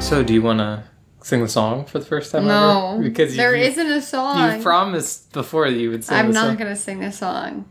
So, do you want to sing the song for the first time No, ever? Because there you, not a song. you promised before that you would sing I'm the not song. gonna sing the song.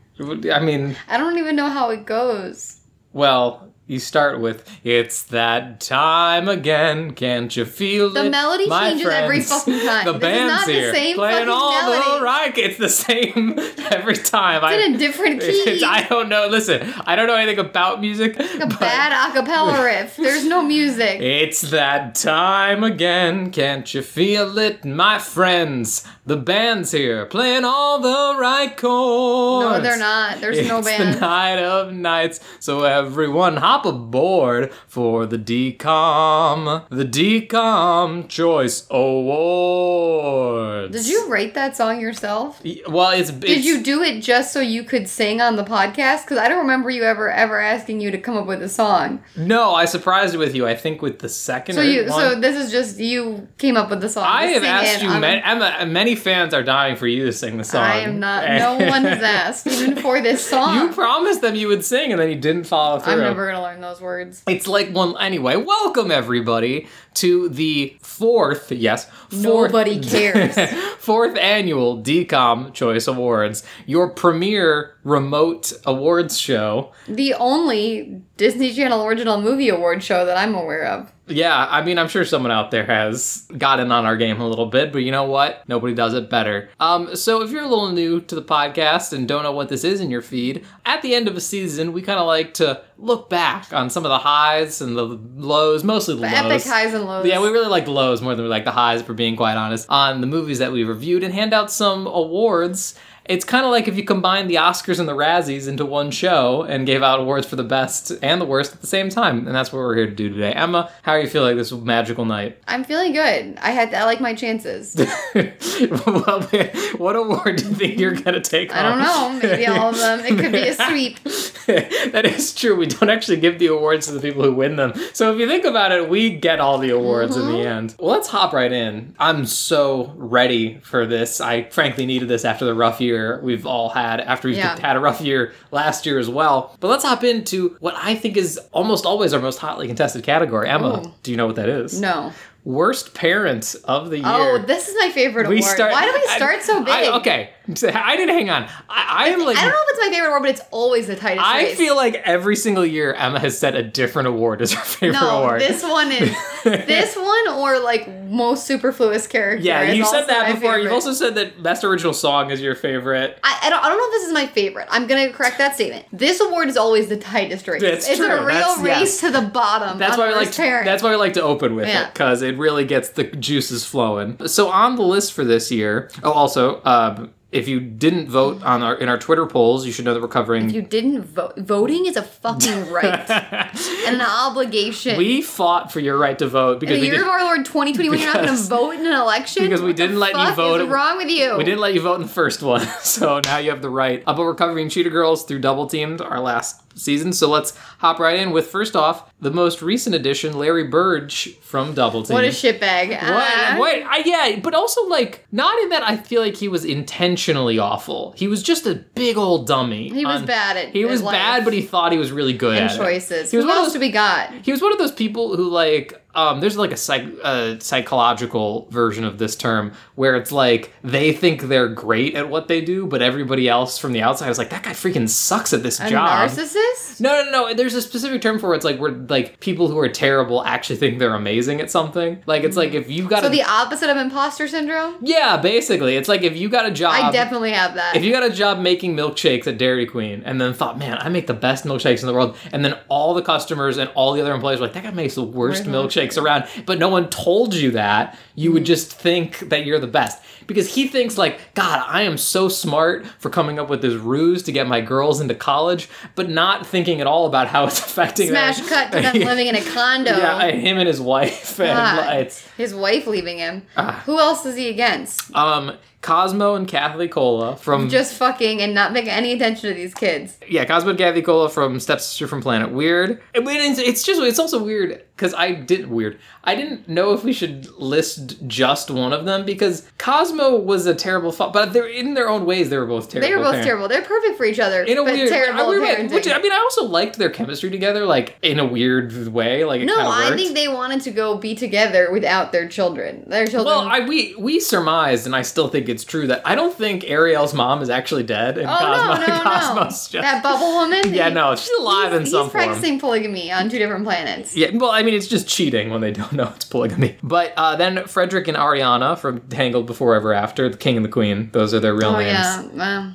I mean, I don't even know how it goes. well, you start with "It's that time again." Can't you feel The it, melody my changes every friends? fucking time. The This is band's not the here same playing fucking all melody. the right. It's the same every time. It's I, in a different key. It's- I don't know. Listen, I don't know anything about music. a but bad acapella riff. There's no music. It's that time again. Can't you feel it, my friends? The band's here playing all the right chords. No, they're not. There's It's no the band. night of nights, so everyone hop aboard for the DCOM, the DCOM Choice Awards. Did you write that song yourself? Y- Well, it's, Did you do it just so you could sing on the podcast? Because I don't remember you ever ever asking you to come up with a song. No, I surprised with you. I think with the second. So or you, one. so this is just you came up with the song. I to have sing asked it you. on- Many, Emma, many fans are dying for you to sing the song. I am not. No one has asked even for this song. You promised them you would sing, and then you didn't follow through. I'm never gonna learn those words. It's like one. Anyway, welcome everybody to the fourth. Yes, fourth, Nobody cares. fourth annual DCOM Choice Awards, your premier remote awards show. The only Disney Channel original movie award show that I'm aware of. Yeah, I mean, I'm sure someone out there has gotten on our game a little bit, but you know what? Nobody does it better. Um, so if you're a little new to the podcast and don't know what this is in your feed, at the end of a season, we kind of like to look back on some of the highs and the lows, mostly the, The lows. epic highs and lows. Yeah, we really like the lows more than we like the highs, if we're being quite honest, on the movies that we reviewed and hand out some awards. It's kind of like if you combine the Oscars and the Razzies into one show and gave out awards for the best and the worst at the same time. And that's what we're here to do today. Emma, how are you feeling this magical night? I'm feeling good. I had I like my chances. Well, what award do you think you're going to take I don't home? know. Maybe all of them. It could be a sweep. that is true. We don't actually give the awards to the people who win them. So if you think about it, we get all the awards in Uh-huh. the end. Well, let's hop right in. I'm so ready for this. I frankly needed this after the rough year we've all had, after we've Yeah. had a rough year last year as well. But let's hop into what I think is almost always our most hotly contested category. Emma, Ooh. do you know what that is? No. Worst parent of the year. Oh, this is my favorite we award. start. Why do we I- start so big? I, okay, I didn't hang on. I, I am like I don't know if it's my favorite award, but it's always the tightest. I race. feel like every single year Emma has set a different award as her favorite no. award. This one is this one or like most superfluous character. yeah, is you've also said that my before. You've favorite. also said that best original song is your favorite. I, I, don't, I don't know if this is my favorite. I'm gonna correct that statement. This award is always the tightest race. That's it's true. a real That's- yes. race to the bottom. That's on why we first like. Parent. That's why we like to open with Yeah. it because it really gets the juices flowing. So on the list for this year. Oh, also, um, if you didn't vote on our in our Twitter polls, you should know that we're covering. you didn't vote. Voting is a fucking right and an obligation. we fought for your right to vote In because the we year did, of our Lord 2021, you're not going to Because- vote in an election? because we What the didn't let you fuck vote. What's wrong with you? We didn't let you vote in the first one, so now you have the right. Uh, but we're covering Cheetah Girls through Double Teamed, our last season. So let's hop right in with first off the most recent addition, Larry Burge from Double Team. What a shitbag. What? Uh, What? I, yeah, but also like not in that I feel like he was intentionally awful. He was just a big old dummy. He was bad at- He at was life. bad, but he thought he was really good at it. Choices. He was Who one of those else do we got? he was one of those people who like um, there's like a psych- uh, psychological version of this term where it's like they think they're great at what they do but everybody else from the outside is like that guy freaking sucks at this A job narcissist? no no no there's a specific term for it. it's like where like people who are terrible actually think they're amazing at something like it's like if you got So a the opposite of imposter syndrome? yeah basically it's like if you got a job I definitely have that. if you got a job making milkshakes at Dairy Queen and then thought, man, I make the best milkshakes in the world, and then all the customers and all the other employees were like, that guy makes the worst milkshakes around, but no one told you that, you Mm. would just think that you're the best. Because he thinks, like, God, I am so smart for coming up with this ruse to get my girls into college, but not thinking at all about how it's affecting Smash them. cut to them living in a condo. Yeah, and him and his wife. And, God. like, it's- His wife leaving him. Who else is he against? um, Cosmo and Kathy Cola from Just fucking and not paying any attention to these kids. yeah, Cosmo and Kathy Cola from Stepsister from Planet Weird. I mean, it's, it's just it's also weird because I didn't weird. I didn't know if we should list just one of them because Cosmo was a terrible fa- but they're in their own ways they were both terrible. They were both parents. terrible. They're perfect for each other, In a but weird, terrible I, at weird way, parenting. which I mean, I also liked their chemistry together, like in a weird way, like it no, kind of I worked. think they wanted to go be together without their children. Their children. Well, I we we surmised, and I still think it's true that I don't think Ariel's mom is actually dead, and oh Cosmo, no, no, Cosmos just no! That bubble woman. yeah, He- no, she's alive in he's some form. practicing polygamy on two different planets. Yeah, well, I mean, it's just cheating when they don't know it's polygamy. But uh, then Frederick and Ariana from Tangled Before Ever After, the King and the Queen, those are their real Oh names. yeah, well,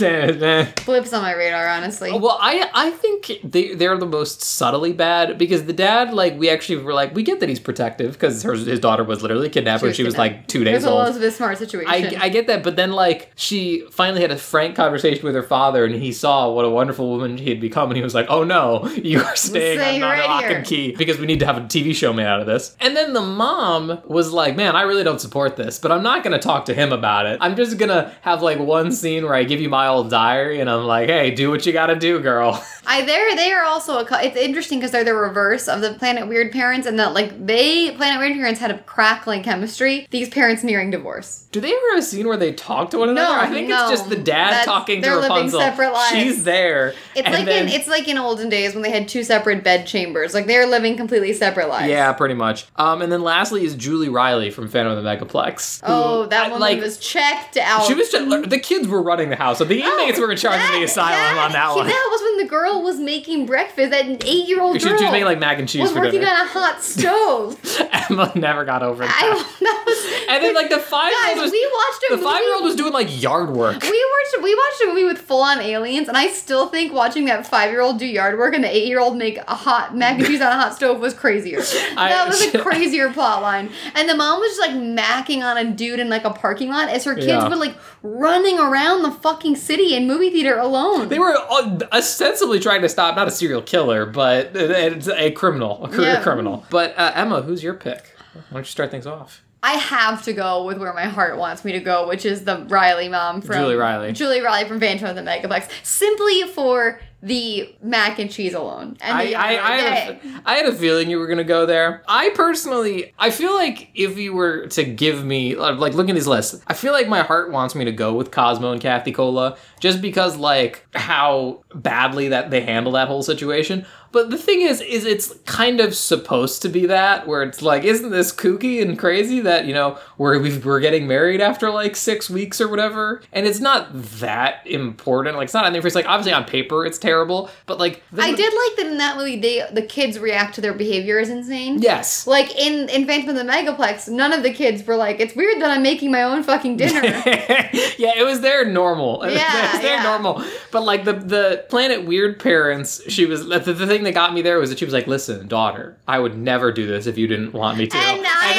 Yeah. blips on my radar, honestly. Oh, well, I I think they they're the most subtly bad because the dad, like, we actually were like, we get that he's protective because his daughter was literally kidnapped She when was she was kidnapped. like two There's days a old. Elizabeth Smart situation. I, I get that, but then like she finally had a frank conversation with her father, and he saw what a wonderful woman he had become, and he was like, "Oh no, you are staying Stay on Knock right Lock here." and Key because we need to have a TV show made out of this." And then the mom was like, "Man, I really don't support this, but I'm not gonna talk to him about it. I'm just gonna have like one scene where I give you my old diary, and I'm like, hey, do what you gotta do, girl.'" I they're they are also a. cou- It's interesting because they're the reverse of the Planet Weird parents, and that like they Planet Weird parents had a crackling chemistry. These parents nearing divorce. Do they ever have a scene where they talk to one another? I think no. it's just the dad That's- talking to they're living Rapunzel. separate lives. She's there. It's and like then- in it's like in olden days when they had two separate bed chambers. Like they're living completely separate lives. Yeah, pretty much. Um, and then lastly is Julie Riley from Phantom of the Megaplex. who- Oh, that I- woman like, was checked out. Oh, She was just, the kids were running the house, so the inmates were in charge of That- the asylum on that he- one. That was when the girl was making breakfast. That eight-year-old girl She, she was making like mac and cheese was for working dinner. on a hot stove. Emma never got over I that. that was and then like the five year guys. old was we watched a the movie. five year old was doing like yard work. we watched we watched a movie with full on aliens, and I still think watching that five year old do yard work and the eight year old make a hot mac and cheese on a hot stove was crazier. I- that was a crazier plot line. And the mom was just like macking on a dude in like a parking lot as her kids Yeah. were like running around the fucking city in movie theater alone. They were uh, ostensibly trying to stop not a serial killer, but a, a criminal, a career Yeah. criminal. But uh, Emma, who's your pick? Why don't you start things off? I have to go with where my heart wants me to go, which is the Riley mom from Julie Riley. Julie Riley from Phantom of the Megaplex, simply for the mac and cheese alone. And I, the I, I, had yard. a, I had a feeling you were going to go there. I personally, I feel like if you were to give me, like, look at these lists, I feel like my heart wants me to go with Cosmo and Kathy Cola just because, like, how badly that they handle that whole situation. But the thing is, is it's kind of supposed to be that, where it's like, isn't this kooky and crazy that, you know, we're, we've, we're getting married after like six weeks or whatever? And it's not that important. Like, it's not, I think it's like, obviously on paper it's terrible, but like, the- I did like that in that movie. They the kids react to their behavior is insane. Yes. Like in in Phantom of the Megaplex, none of the kids were like, "It's weird that I'm making my own fucking dinner." yeah, it was their normal. It was Yeah, their- it was their yeah. normal. But like the the Planet Weird parents, she was the, the thing that got me there was that she was like, "Listen, daughter, I would never do this if you didn't want me to." And I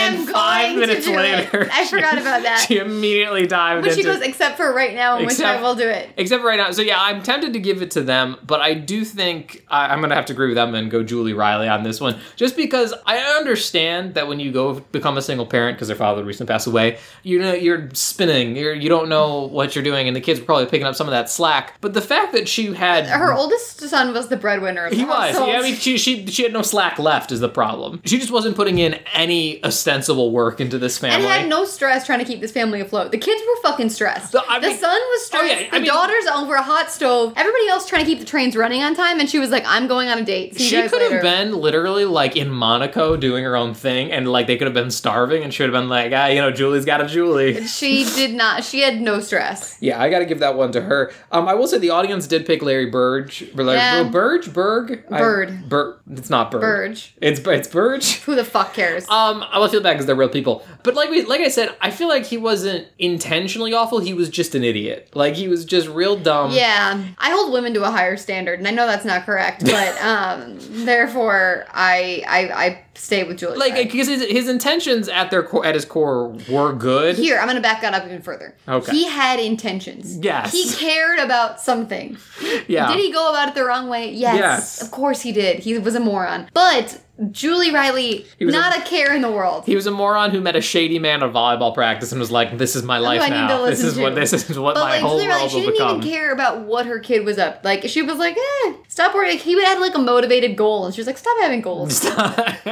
am going to do it. I forgot about that. She immediately dived but she into goes, "Except for right now, in which I Except- will do it." Except for right now. So yeah, I'm tempted to give it to them, but I do think I, I'm gonna have to agree with them and go Julie Riley on this one, just because I understand that when you go become a single parent because their father recently passed away, you know you're spinning, you're you don't know what you're doing, and the kids were probably picking up some of that slack. But the fact that she had Her oldest son was the breadwinner. Of the he was. household. Yeah, I mean, she, she she had no slack left is the problem. She just wasn't putting in any ostensible work into this and family. had no stress trying to keep this family afloat. The kids were fucking stressed. So, I the mean- son was Oh, stressed. yeah, I the mean- daughter's over a hot stove. Everybody else trying to keep the trains running on time, and she was like, "I'm going on a date." See you she guys could later." have been literally like in Monaco doing her own thing, and like they could have been starving, and she would have been like, ah, you know, Julie's got a Julie. She did not. She had no stress. Yeah, I got to give that one to her. Um, I will say the audience did pick Larry Burge. Or Larry, Yeah. Burge, Berg, I- Bird. Bur- It's not Berg. Burge. It's it's Burge. Who the fuck cares? Um, I will feel bad because they're real people. But like we, like I said, I feel like he wasn't intentionally awful. He was just an idiot. Like he was just real dumb. yeah, I hold women to a higher standard, and I know that's not correct, but um, therefore, I I, I stay with Julie. Like Riley. because his, his intentions at their core, at his core were good. here, I'm gonna back that up even further. Okay. he had intentions. Yes. he cared about something. yeah. Did he go about it the wrong way? Yes, Yes. Of course he did. He was a moron. But Julie Riley, He was not a, care in the world. He was a moron who met a shady man at volleyball practice and was like, "This is my life I need now. to This listen is what to." this is what but my like whole Julie Riley, world she will didn't become." even care about what her kid was up. Like she was like, eh, stop worrying. He would had like a motivated goal, and she was like, stop having goals.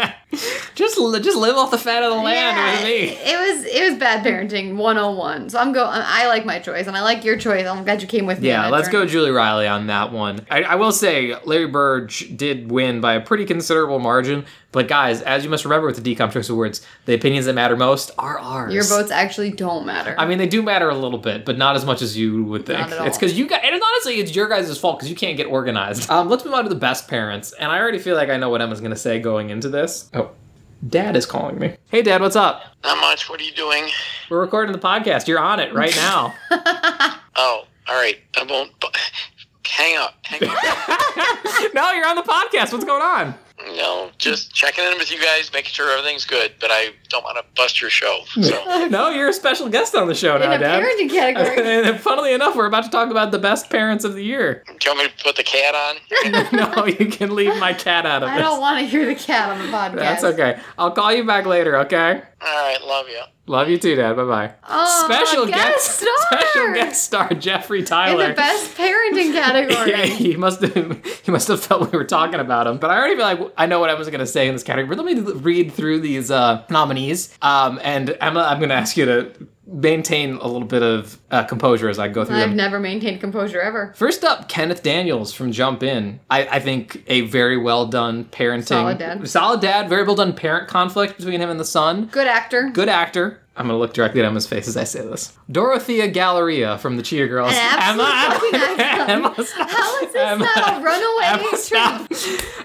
just li- just live off the fat of the land Yeah, with me. It was it was bad parenting 101. So I'm go. I I like my choice, and I like your choice. I'm glad you came with me. Yeah, on that let's journey. go Julie Riley on that one. I, I will say Larry Burge did win by a pretty considerable margin, but guys, as you must remember with the Decom Choice Awards, the opinions that matter most are ours. Your votes actually don't matter. I mean, they do matter a little bit, but not as much as you would think. Not at all. It's because you guys, and honestly, it's your guys' fault because you can't get organized. Um, let's move on to the best parents, and I already feel like I know what Emma's gonna say going into this. Oh, Dad is calling me. Hey, Dad, what's up? Not much. What are you doing? We're recording the podcast. You're on it right now. Oh, all right. I won't. bu- Hang up. Hang up. no, you're on the podcast. What's going on? no, just checking in with you guys, making sure everything's good. But I don't want to bust your show. So No, you're a special guest on the show in now, a Dad. parenting category. and funnily enough, we're about to talk about the best parents of the year. do you want me to put the cat on? no, you can leave my cat out of I this. don't want to hear the cat on the podcast. That's okay. I'll call you back later, okay? all right. Love you. Love you too, Dad. Bye bye. Oh, special guest star! special guest star Jeffrey In Tyler. the best parenting category. yeah, he must have he must have felt we were talking about him. But I already feel like I know what I was gonna say in this category. But let me read through these uh, nominees. Um, and Emma, I'm gonna ask you to maintain a little bit of uh, composure as I go through I've them. never maintained composure ever. First up, Kenneth Daniels from Jump In. I, I think a very well done parenting, Solid dad. solid dad, very well done parent conflict between him and the son. Good actor. Good actor. I'm gonna look directly at Emma's face as I say this. Dorothea Galleria from the Cheer Girls. An absolute fucking icon. stop. How is this not a runaway Emma, treat? stop.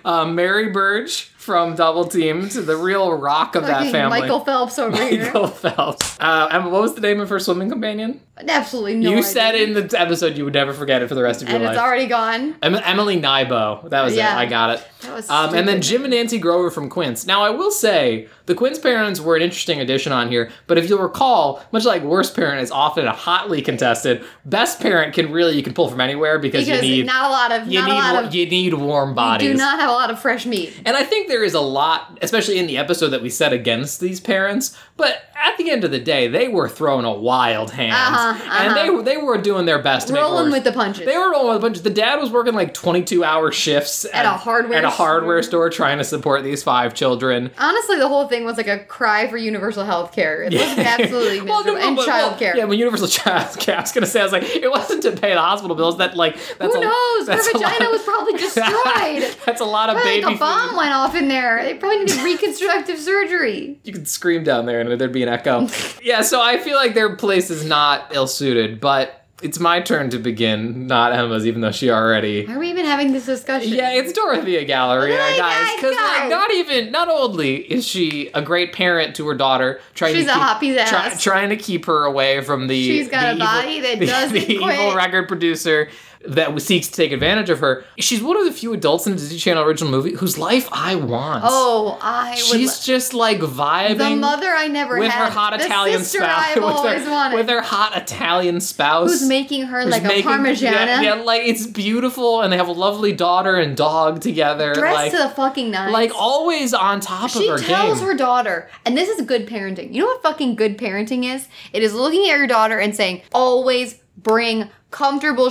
Um, Mary Burge from Double Team to the real rock of that Fucking family. Michael Phelps over here. Michael Phelps. Uh, Emma, what was the name of her swimming companion? Absolutely no. you said idea. in the episode you would never forget it for the rest of your and life. it's already gone. Em- Emily Nybo. That was Yeah. it. I got it. That was Um, and then stupid. Jim and Nancy Grover from Quince. Now, I will say, the Quince parents were an interesting addition on here, but if you'll recall, much like Worst Parent is often a hotly contested, Best Parent can really, you can pull from anywhere because, because you need, not a lot of you, not need a lot wa- of you need warm bodies. do not have a lot of fresh meat. and I think there is a lot, especially in the episode that we set against these parents, but at the end of the day, they were throwing a wild hand. Uh-huh, uh-huh. And they, they were doing their best to make Rolling Worst- with the punches. they were rolling a bunch. The dad was working like twenty-two hour shifts At a hardware at a hardware store store. trying to support these five children. Honestly, the whole thing was like a cry for universal health care. It was absolutely miserable. Well, no, no, and but- well, child care. Yeah, when Universal Child Care. I was gonna say, I was like, it wasn't to pay the hospital bills. That like, that's Who a- knows? Her that's a vagina lot- was probably destroyed. that's a lot of Probably baby like a bomb food. went off in there. They probably needed reconstructive surgery. You could scream down there and there'd be an echo. yeah, so I feel like their place is not ill suited, but it's my turn to begin, not Emma's, even though she already Why are we even having this discussion? Yeah, it's Dorothea Galleria, Look guys. at that Because guy. like, not even, not only is she a great parent to her daughter, trying She's to a keep, hot piece of try- ass. trying to keep her away from the. She's got the a evil- body that the- doesn't the evil quit. record producer that seeks to take advantage of her. She's one of the few adults in a Disney Channel original movie whose life I want. Oh, I would. she's just like vibing. the mother I never with had. her hot the Italian sister spouse, I've always with, her, wanted. with her hot Italian spouse, who's making her Who's like making- a parmigiana? Yeah, yeah, like it's beautiful, and they have a lovely daughter and dog together. Dressed like, to the fucking nines. like always on top she of her tells game. her daughter, and this is good parenting. You know what fucking good parenting is? It is looking at your daughter and saying, always bring comfortable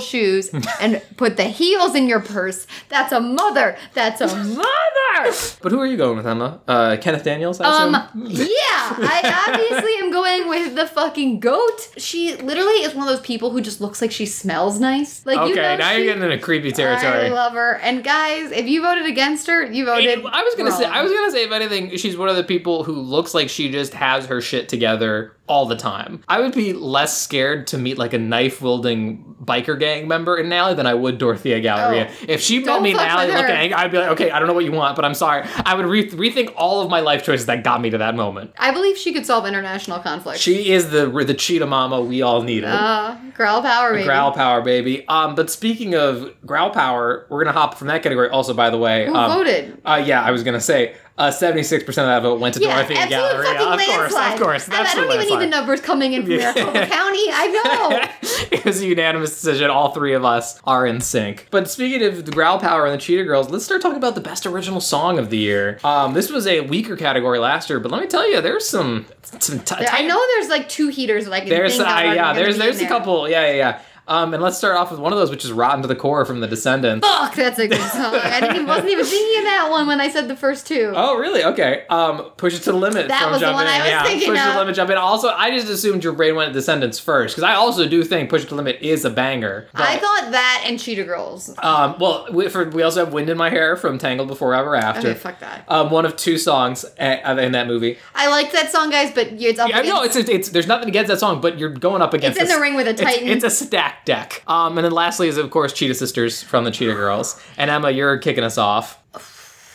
shoes and put the heels in your purse. That's a mother. That's a mother. but who are you going with, Emma? Uh, Kenneth Daniels, I Um, assume. yeah, I obviously am going with the fucking goat. She literally is one of those people who just looks like she smells nice. Like, okay, you know now she- you're getting into creepy I territory. love her. And guys, if you voted against her, you I voted. I was gonna say, wrong. I was gonna say, if anything, she's one of the people who looks like she just has her shit together all the time. I would be less scared to meet like a knife wielding biker gang member in an alley than I would Dorothea Galleria. Oh. if she met Don't me in an fuck alley with looking, her. angry, I'd be like, okay, I don't know what you want, but I'm sorry. I would re- rethink all of my life choices that got me to that moment. I believe she could solve international conflict. She is the the cheetah mama we all needed. uh, growl power, maybe. Growl power, baby. Um, but speaking of growl power, we're gonna hop from that category. Also, by the way, Who um, voted? Uh, yeah, I was gonna say Uh, 76% of that vote went to Dorothy and absolute Galleria. fucking Of course, landslide. of course. And I That's don't even need the landslide. numbers coming in from Yeah. Maricopa County. I know. it was a unanimous decision. All three of us are in sync. But speaking of the Growl Power and the Cheetah Girls, let's start talking about the best original song of the year. Um, this was a weaker category last year, but let me tell you, there's some some t- There- I know there's like two heaters that I can There's think of. I- are yeah, gonna there's be there's in a there. couple. Yeah, yeah, yeah. Um, and let's start off with one of those, which is "Rotten to the Core" from The Descendants. Fuck, that's a good song. I didn't even, wasn't even thinking of that one when I said the first two. Oh, really? Okay. Um, push it to the limit. That from was the Jump one In. I was yeah, thinking Push it to of. the limit, jump in. Also, I just assumed your brain went at Descendants first because I also do think Push it to the limit is a banger. but- I thought that and Cheetah Girls. Um, well, we, for, we also have "Wind in My Hair" from Tangled Before Ever After. Okay, fuck that. Um, one of two songs uh, in that movie. I liked that song, guys, but it's up Yeah, against- no, it's, it's it's there's nothing against that song, but you're going up against. in this- the ring with a it's- titan. It's, a stack deck. Um, and then lastly is of course Cheetah Sisters from the Cheetah Girls. And Emma, you're kicking us off.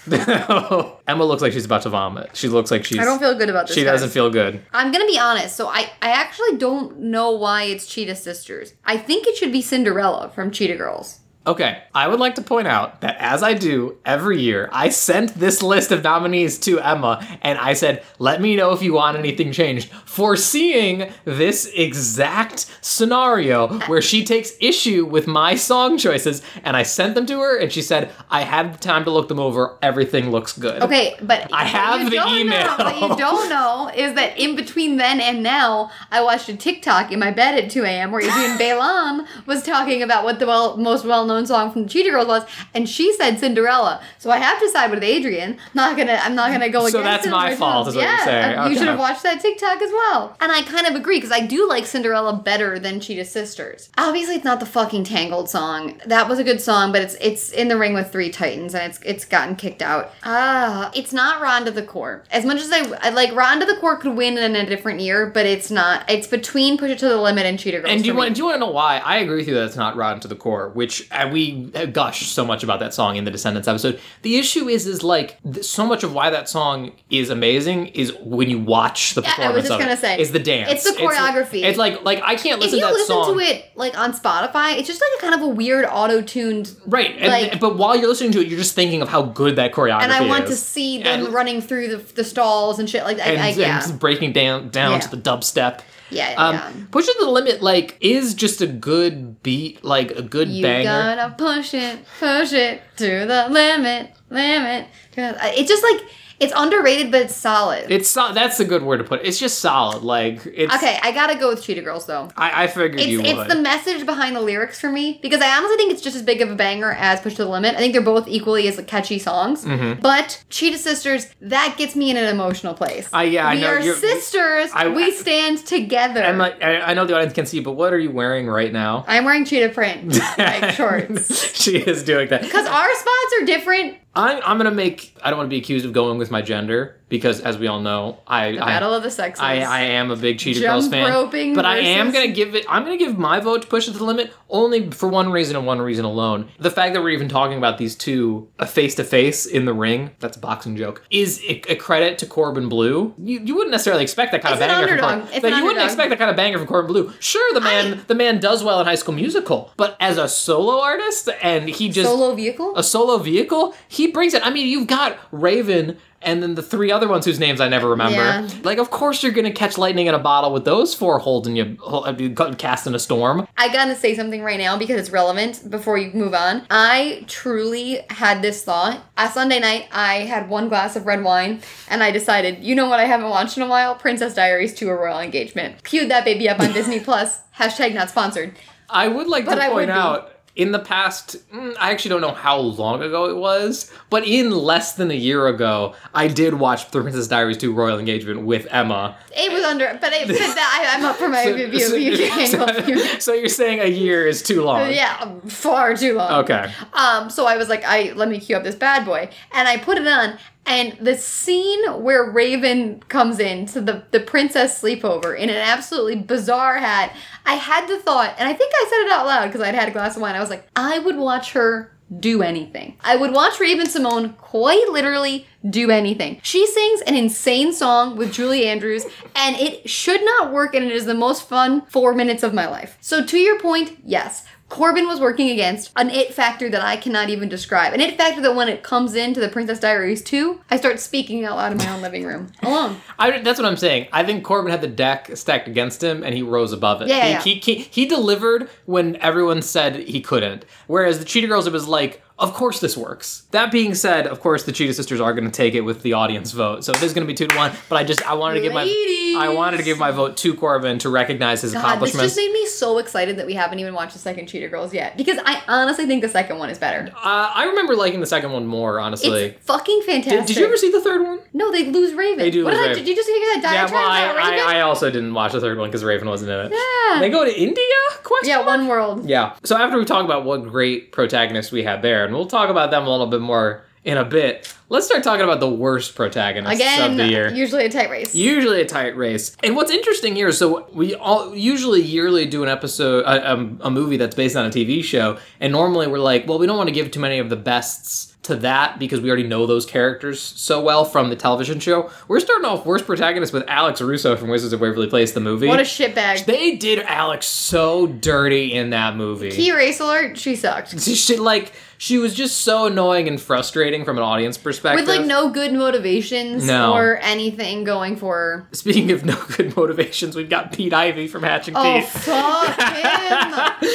Emma looks like she's about to vomit. She looks like she's. I don't feel good about this. She guys. doesn't feel good. I'm gonna be honest. So I, I actually don't know why it's Cheetah Sisters. I think it should be Cinderella from Cheetah Girls. Okay, I would like to point out that as I do every year, I sent this list of nominees to Emma and I said, let me know if you want anything changed. Foreseeing this exact scenario where she takes issue with my song choices, and I sent them to her and she said, I had the time to look them over. Everything looks good. Okay, but I what have you the don't email. Know, what you don't know is that in between then and now, I watched a TikTok in my bed at 2 a.m. where Adrian Balam was talking about what the well, most well-known song from the Cheetah Girls was, and she said Cinderella. So I have to side with Adrian. I'm not gonna. I'm not gonna go So against. that's his my original- fault, is what you're yeah, saying. You should Okay. have watched that TikTok as well. And I kind of agree because I do like Cinderella better than Cheetah Sisters. Obviously, it's not the fucking Tangled song. That was a good song, but it's it's in the ring with three titans, and it's it's gotten kicked out. Ah, it's not Ron to the core. As much as I, I like Ron to the core could win in a different year, but it's not. It's between Push It to the Limit and Cheetah Girls. And do you for want me. do you want to know why? I agree with you that it's not rotten to the core, which uh, we gush so much about that song in the Descendants episode. The issue is, is like th- so much of why that song is amazing is when you watch the Yeah, I was performance. just of it, gonna say, is the dance, it's the choreography. It's, like like I can't If listen you to that listen song. to it like on Spotify, it's just like a kind of a weird auto-tuned Right, and, like- but while you're listening to it, you're just thinking of how good that choreography and I want to is. see them And- running through the, the stalls and shit like that. and, I, I, and yeah. just breaking down down Yeah. to the dubstep. yeah, yeah, Um, yeah. Push it to the limit, like, is just a good beat, like a good You banger. gotta push it, push it to the limit, limit. It's just like it's underrated, but it's solid. It's so, that's a good word to put. It. It's just solid. Like it's okay, I gotta go with Cheetah Girls though. I, I figured It's you it's would. the message behind the lyrics for me because I honestly think it's just as big of a banger as Push to the Limit. I think they're both equally as catchy songs. Mm-hmm. But Cheetah Sisters, that gets me in an emotional place. I- yeah, I we know, are you're- sisters. I- we stand together. I'm like, I, I know the audience can see, but what are you wearing right now? I'm wearing cheetah print like shorts. she is doing that. Because our spots are different. I'm, I'm gonna make. I don't want to be accused of going with my gender because, as we all know, I The I, battle of the sexes. I, I am a big Cheetah Jump Girls fan. roping but I am versus- gonna give it. I'm gonna give my vote to Push It to the Limit only for one reason and one reason alone. The fact that we're even talking about these two face to face in the ring. That's a boxing joke. Is a, a credit to Corbin Blue. You, you wouldn't necessarily expect that kind It's of an banger from underdog. Corbin. It's Like, an you wouldn't underdog. expect that kind of banger from Corbin Blue. Sure, the man the man does well in High School Musical, but as a solo artist, and he just Solo vehicle? a solo vehicle, he brings it. I mean, you've got Raven and then the three other ones whose names I never remember. Yeah. Like, of course you're gonna catch lightning in a bottle with those four holding you, hol- uh, you got- cast in a storm. I gotta say something right now because it's relevant before you move on. I truly had this thought. On Sunday night, I had one glass of red wine and I decided, you know what I haven't watched in a while? Princess Diaries 2 A Royal Engagement. Queued that baby up on Disney Plus. Hashtag not sponsored. I would like But to I would point be. out. In the past, mm, I actually don't know how long ago it was, but in less than a year ago, I did watch The Princess Diaries 2 Royal Engagement with Emma. It was under, but, it, but that, I, I'm up for my review. so, you can so- so you're saying a year is too long? Yeah, far too long. Okay. Um, so I was like, I let me cue up this bad boy, and I put it on. And the scene where Raven comes in to the the princess sleepover in an absolutely bizarre hat, I had the thought, and I think I said it out loud because I'd had a glass of wine. I was like, I would watch her do anything. I would watch Raven Simone quite literally do anything. She sings an insane song with Julie Andrews, and it should not work, and it is the most fun four minutes of my life. So to your point, yes, Corbin was working against an it factor that I cannot even describe. An it factor that when it comes into the Princess Diaries 2, I start speaking out loud in my own living room alone. I, that's what I'm saying. I think Corbin had the deck stacked against him, and he rose above it. Yeah, yeah, he, He, he he delivered when everyone said he couldn't. Whereas the Cheetah Girls, it was like, of course this works. That being said, of course the Cheetah Sisters are going to take it with the audience vote, so it is going to be two to one. But I just I wanted to give Ladies. my I wanted to give my vote to Corbin to recognize his God, this accomplishments. just made me so excited that we haven't even watched the second Cheetah Girls yet. Because I honestly think the second one is better. uh, I remember liking the second one more, honestly. It's fucking fantastic. Did, did you ever see the third one? No, they lose Raven. They do What lose did I- Raven. Did you just hear that diatribe yeah, well, about Raven? I, I, I also didn't watch the third one because Raven wasn't in it. Yeah. They go to India? Question yeah, One World. Yeah. So after we talk about what great protagonists we had there, and we'll talk about them a little bit more in a bit, let's start talking about the worst protagonists Again, of the year. usually a tight race. Usually a tight race. And what's interesting here, is so we all usually yearly do an episode, a, um, a movie that's based on a TV show, and normally we're like, well, we don't want to give too many of the bests to that because we already know those characters so well from the television show. We're starting off worst protagonist with Alex Russo from Wizards of Waverly Place, the movie. what a shitbag. they did Alex so dirty in that movie. Key race alert, she sucked. She- she like she was just so annoying and frustrating from an audience perspective. With like no good motivations No. or anything going for her. Speaking of no good motivations, we've got Pete Ivy from Hatching Oh Pete. fuck him.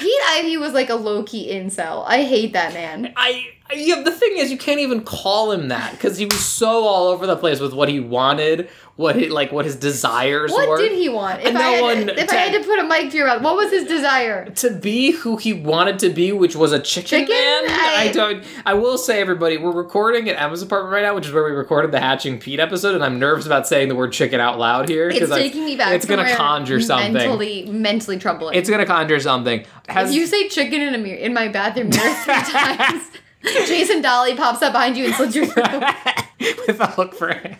Pete Ivy was like a low key incel. I hate that man. I yeah. The thing is, you can't even call him that because he was so all over the place with what he wanted, what he, like what his desires What were. did he want? If, And I no had, one- if I had to put a mic to your mouth, what was his desire? to be who he wanted to be, which was a chicken, Chicken? man. I- I don't. I will say, everybody, we're recording at Emma's apartment right now, which is where we recorded the hatching Pete episode, and I'm nervous about saying the word chicken out loud here It's I- taking me back. It's gonna somewhere conjure something. Mentally, mentally troubling. It's gonna conjure something. Has If you say chicken in a mirror in my bathroom mirror three times, Jason Dolly pops up behind you and slits your throat. with a look for it.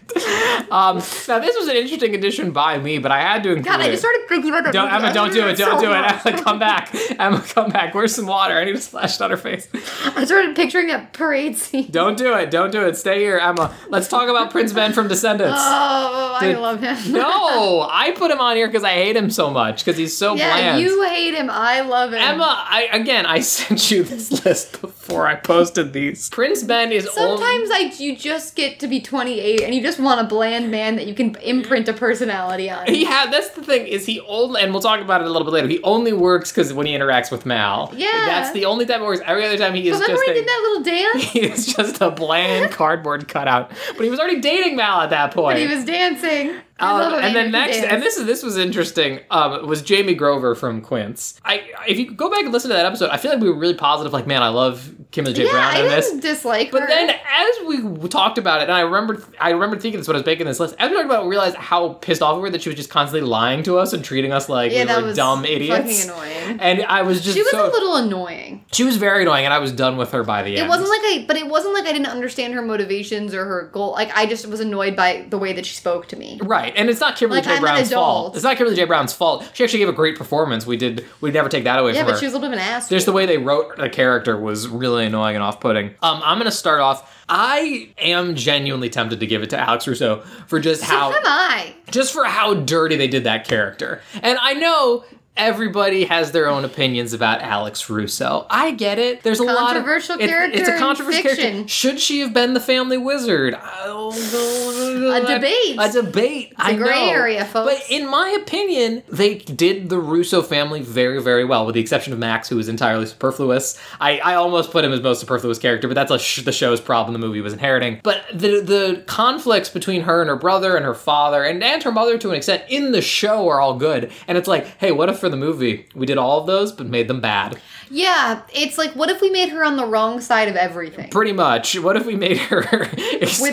Um, now this was an interesting addition by me, but I had to include. God, I it. just started. Don't, Emma, don't do it. Don't so do it. much. Emma, come back. Emma, come back. Where's some water? I need to splash it on her face. I started picturing that parade scene. Don't do it. Don't do it. Stay here, Emma. Let's talk about Prince Ben from Descendants. Oh, I Dude, love him. no, I put him on here because I hate him so much because he's so Yeah, bland. you hate him. I love him. Emma, I again, I sent you this list before I posted these. Prince Ben is old. Sometimes I, you just get to be 28 and you just want a bland man that you can imprint a personality on. He had. That's the thing. Is he only? And we'll talk about it a little bit later. He only works because when he interacts with Mal. Yeah. That's the only time it works. Every other time he is Remember just when he a, did that little dance? he is just a bland cardboard cutout. But he was already dating Mal at that point. When he was dancing. I Um, love him. and then next, and this is this was interesting. Um, was Jamie Grover from Quince? I if you go back and listen to that episode, I feel like we were really positive. Like, man, I love Kim and J yeah, Brown I in didn't this. dislike her. But then, as we talked about it, and I remembered, I remembered thinking this when I was making this list. As we talked about, it, we realized how pissed off we were that she was just constantly lying to us and treating us like yeah, that we were was dumb idiots. fucking annoying. And I was just She was so a little annoying. she was very annoying, and I was done with her by the end. It wasn't like I, but it wasn't like I didn't understand her motivations or her goal. Like I just was annoyed by the way that she spoke to me. Right, and it's not Kimberly Like, J. I'm an Brown's fault. adult. It's not Kimberly J. Brown's fault. She actually gave a great performance. We did. We'd never take that away Yeah, from her. but she was a little bit of an asshole. Just the way they wrote the character was really annoying and off-putting. Um, I'm gonna start off. I am genuinely tempted to give it to Alex Russo for just so how am I. just for how dirty they did that character. And I know everybody has their own opinions about Alex Russo. I get it. There's a Controversial lot of it's- character It's a in controversial fiction. character. Should she have been the family wizard? I don't know. A debate. A debate. I a gray know. area, folks. But in my opinion, they did the Russo family very, very well, with the exception of Max, who was entirely superfluous. I, I almost put him as most superfluous character, but that's a sh- the show's problem. The movie was inheriting. But the the conflicts between her and her brother and her father and and her mother to an extent in the show are all good. And it's like, hey, what if for the movie we did all of those but made them bad? Yeah, it's like what if we made her on the wrong side of everything? Pretty much. What if we made her With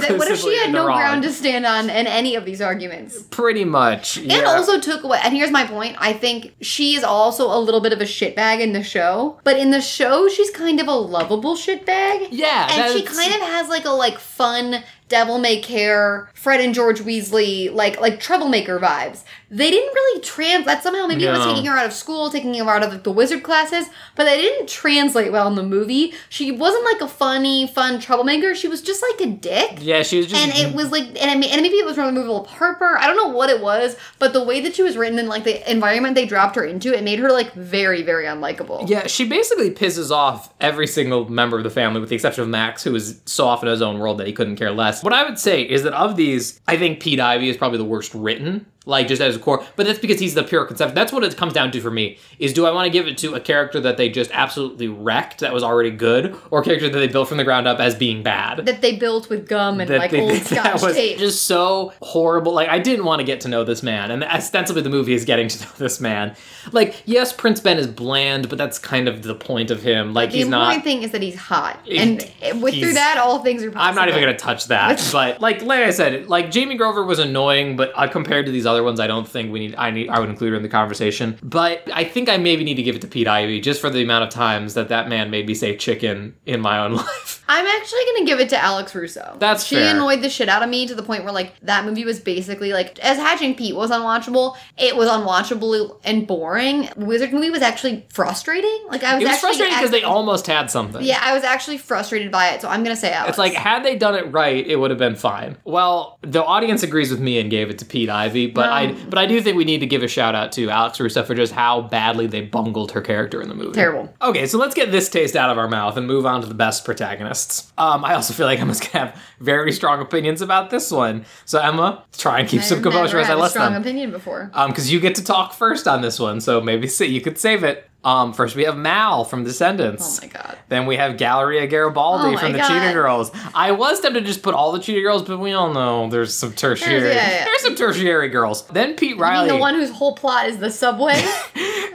it, what if she exclusively had in the no wrong? ground to stand on in any of these arguments? Pretty much. And yeah. also took away. And here's my point. I think she is also a little bit of a shitbag in the show, but in the show she's kind of a lovable shitbag. Yeah, and she that's- kind of has like a like fun Devil May Care, Fred and George Weasley, like like troublemaker vibes. They didn't really trans. That somehow maybe it was No. taking her out of school, taking her out of like, the wizard classes, but they didn't translate well in the movie. She wasn't like a funny, fun troublemaker. She was just like a dick. Yeah, she was just. And it was like, and, I mean, and maybe it was from the movie of Harper. I don't know what it was, but the way that she was written and like the environment they dropped her into, it made her like very, very unlikable. yeah, she basically pisses off every single member of the family, with the exception of Max, who is so off in his own world that he couldn't care less. What I would say is that of these, I think Pete Ivy is probably the worst written, like just as a core. But that's because he's the pure conception. That's what it comes down to for me: is do I want to give it to a character that they just absolutely wrecked, that was already good, or a character that they built from the ground up as being bad? That they built with gum and like they- old scotch was tape. just so horrible. Like I didn't want to get to know this man, and ostensibly the movie is getting to know this man. Like yes, Prince Ben is bland, but that's kind of the point of him. Like the he's important not. thing is that he's hot, It- and with through he's- that, all things are possible. I'm not even gonna touch that. but like like I said, like Jamie Grover was annoying, but uh, compared to these other ones, I don't think we need. I need. I would include her in the conversation. But I think I maybe need to give it to Pete Ivy just for the amount of times that that man made me say chicken in my own life. I'm actually gonna give it to Alex Russo. That's she fair. annoyed the shit out of me to the point where like that movie was basically like as Hatching Pete was unwatchable, it was unwatchable and boring. Wizard movie was actually frustrating. Like I was, It was actually frustrating because they actually- almost had something. yeah I was actually frustrated by it. So I'm gonna say Alex. It's like had they done it right, it would have been fine. Well, the audience agrees with me and gave it to Pete Ivy, but I No. but I do think we need to give a shout out to Alex Russo for just how badly they bungled her character in the movie. terrible. Okay, so let's get this taste out of our mouth and move on to the best protagonists. Um, I also feel like Emma's gonna have very strong opinions about this one. So Emma, try and keep some I've composure never as I had a list strong them. opinion before. Um, because you get to talk first on this one, so maybe sa- you could save it. Um, first we have Mal from oh Descendants. my god. Then we have Galleria Garibaldi Oh my from the God. Cheetah Girls. I was tempted to just put all the Cheetah Girls, but we all know there's some tertiary. There's- yeah, yeah. There's some tertiary girls. Then Pete I mean Riley. the one whose whole plot is the subway.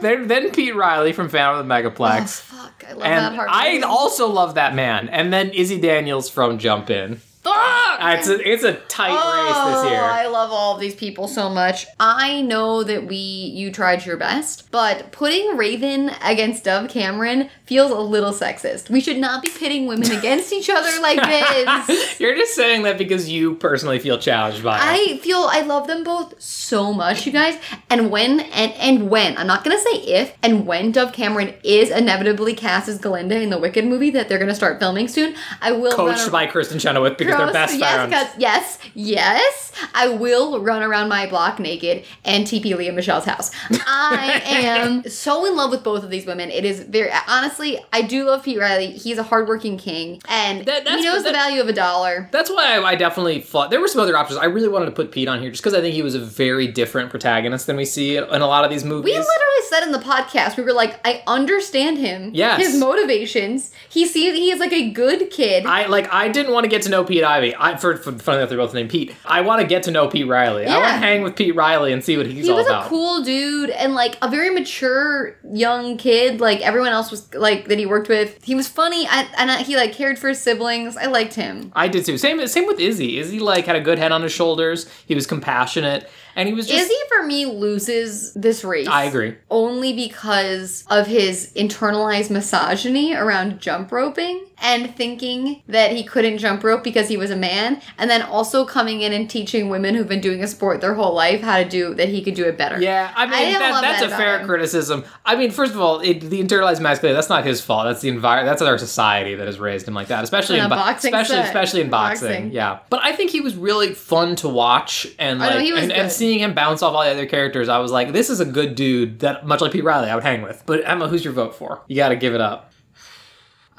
then, then Pete Riley from Phantom of the oh Megaplex. fuck! I love that and heart. I also love that man. And then Izzy Daniels from Jump In. Uh, fuck. It's a, it's a tight race this year. Oh, I love all of these people so much. I know that we you tried your best, but putting Raven against Dove Cameron feels a little sexist. We should not be pitting women against each other like this. You're just saying that because you personally feel challenged by it. I feel I love them both so much, you guys. And when and and when I'm not gonna say if and when Dove Cameron is inevitably cast as Glinda in the Wicked movie that they're gonna start filming soon, I will run Coached a- by Kristen Chenoweth because they're Gross. best yes, friends. because- yes, yes. I will run around my block naked and TP Leah Michelle's house. I am so in love with both of these women. It is very honestly, I do love Pete Riley. He's a hardworking king, and That- that's- he knows that- the value of a dollar. That's why I, I definitely thought there were some other options. I really wanted to put Pete on here just because I think he was a very different protagonist than we see in a lot of these movies. We literally said in the podcast, we were like, I understand him. Yes. His motivations. He sees he is like a good kid. I like. I didn't want to get to know Pete Ivy. I for, for funny enough, they're both named Pete. I want to get to know Pete Riley. I want Yeah. to hang with Pete Riley and see what he's he all was about. a cool dude and like a very mature young kid like everyone else was like that he worked with he was funny I, and I, he like cared for his siblings i liked him I did too. Same same with Izzy. Izzy like had a good head on his shoulders. He was compassionate, and he was just. izzy for me loses this race I agree. only because of his internalized misogyny around jump roping and thinking that he couldn't jump rope because he was a man and then also coming in and teaching women who've been doing a sport their whole life how to do that he could do it better Yeah, I mean didn't that, love that's that a about fair him. criticism. I mean, first of all, it, the internalized masculinity that's not his fault. That's the environment. That's our society that has raised him like that, especially On in a bo- boxing especially set. especially in boxing. Boxing. Yeah, but I think he was really fun to watch, and I like know, he was and, and good. seeing him bounce off all the other characters, I was like, this is a good dude that much like Pete Riley, I would hang with. But Emma, who's your vote for? You got to give it up.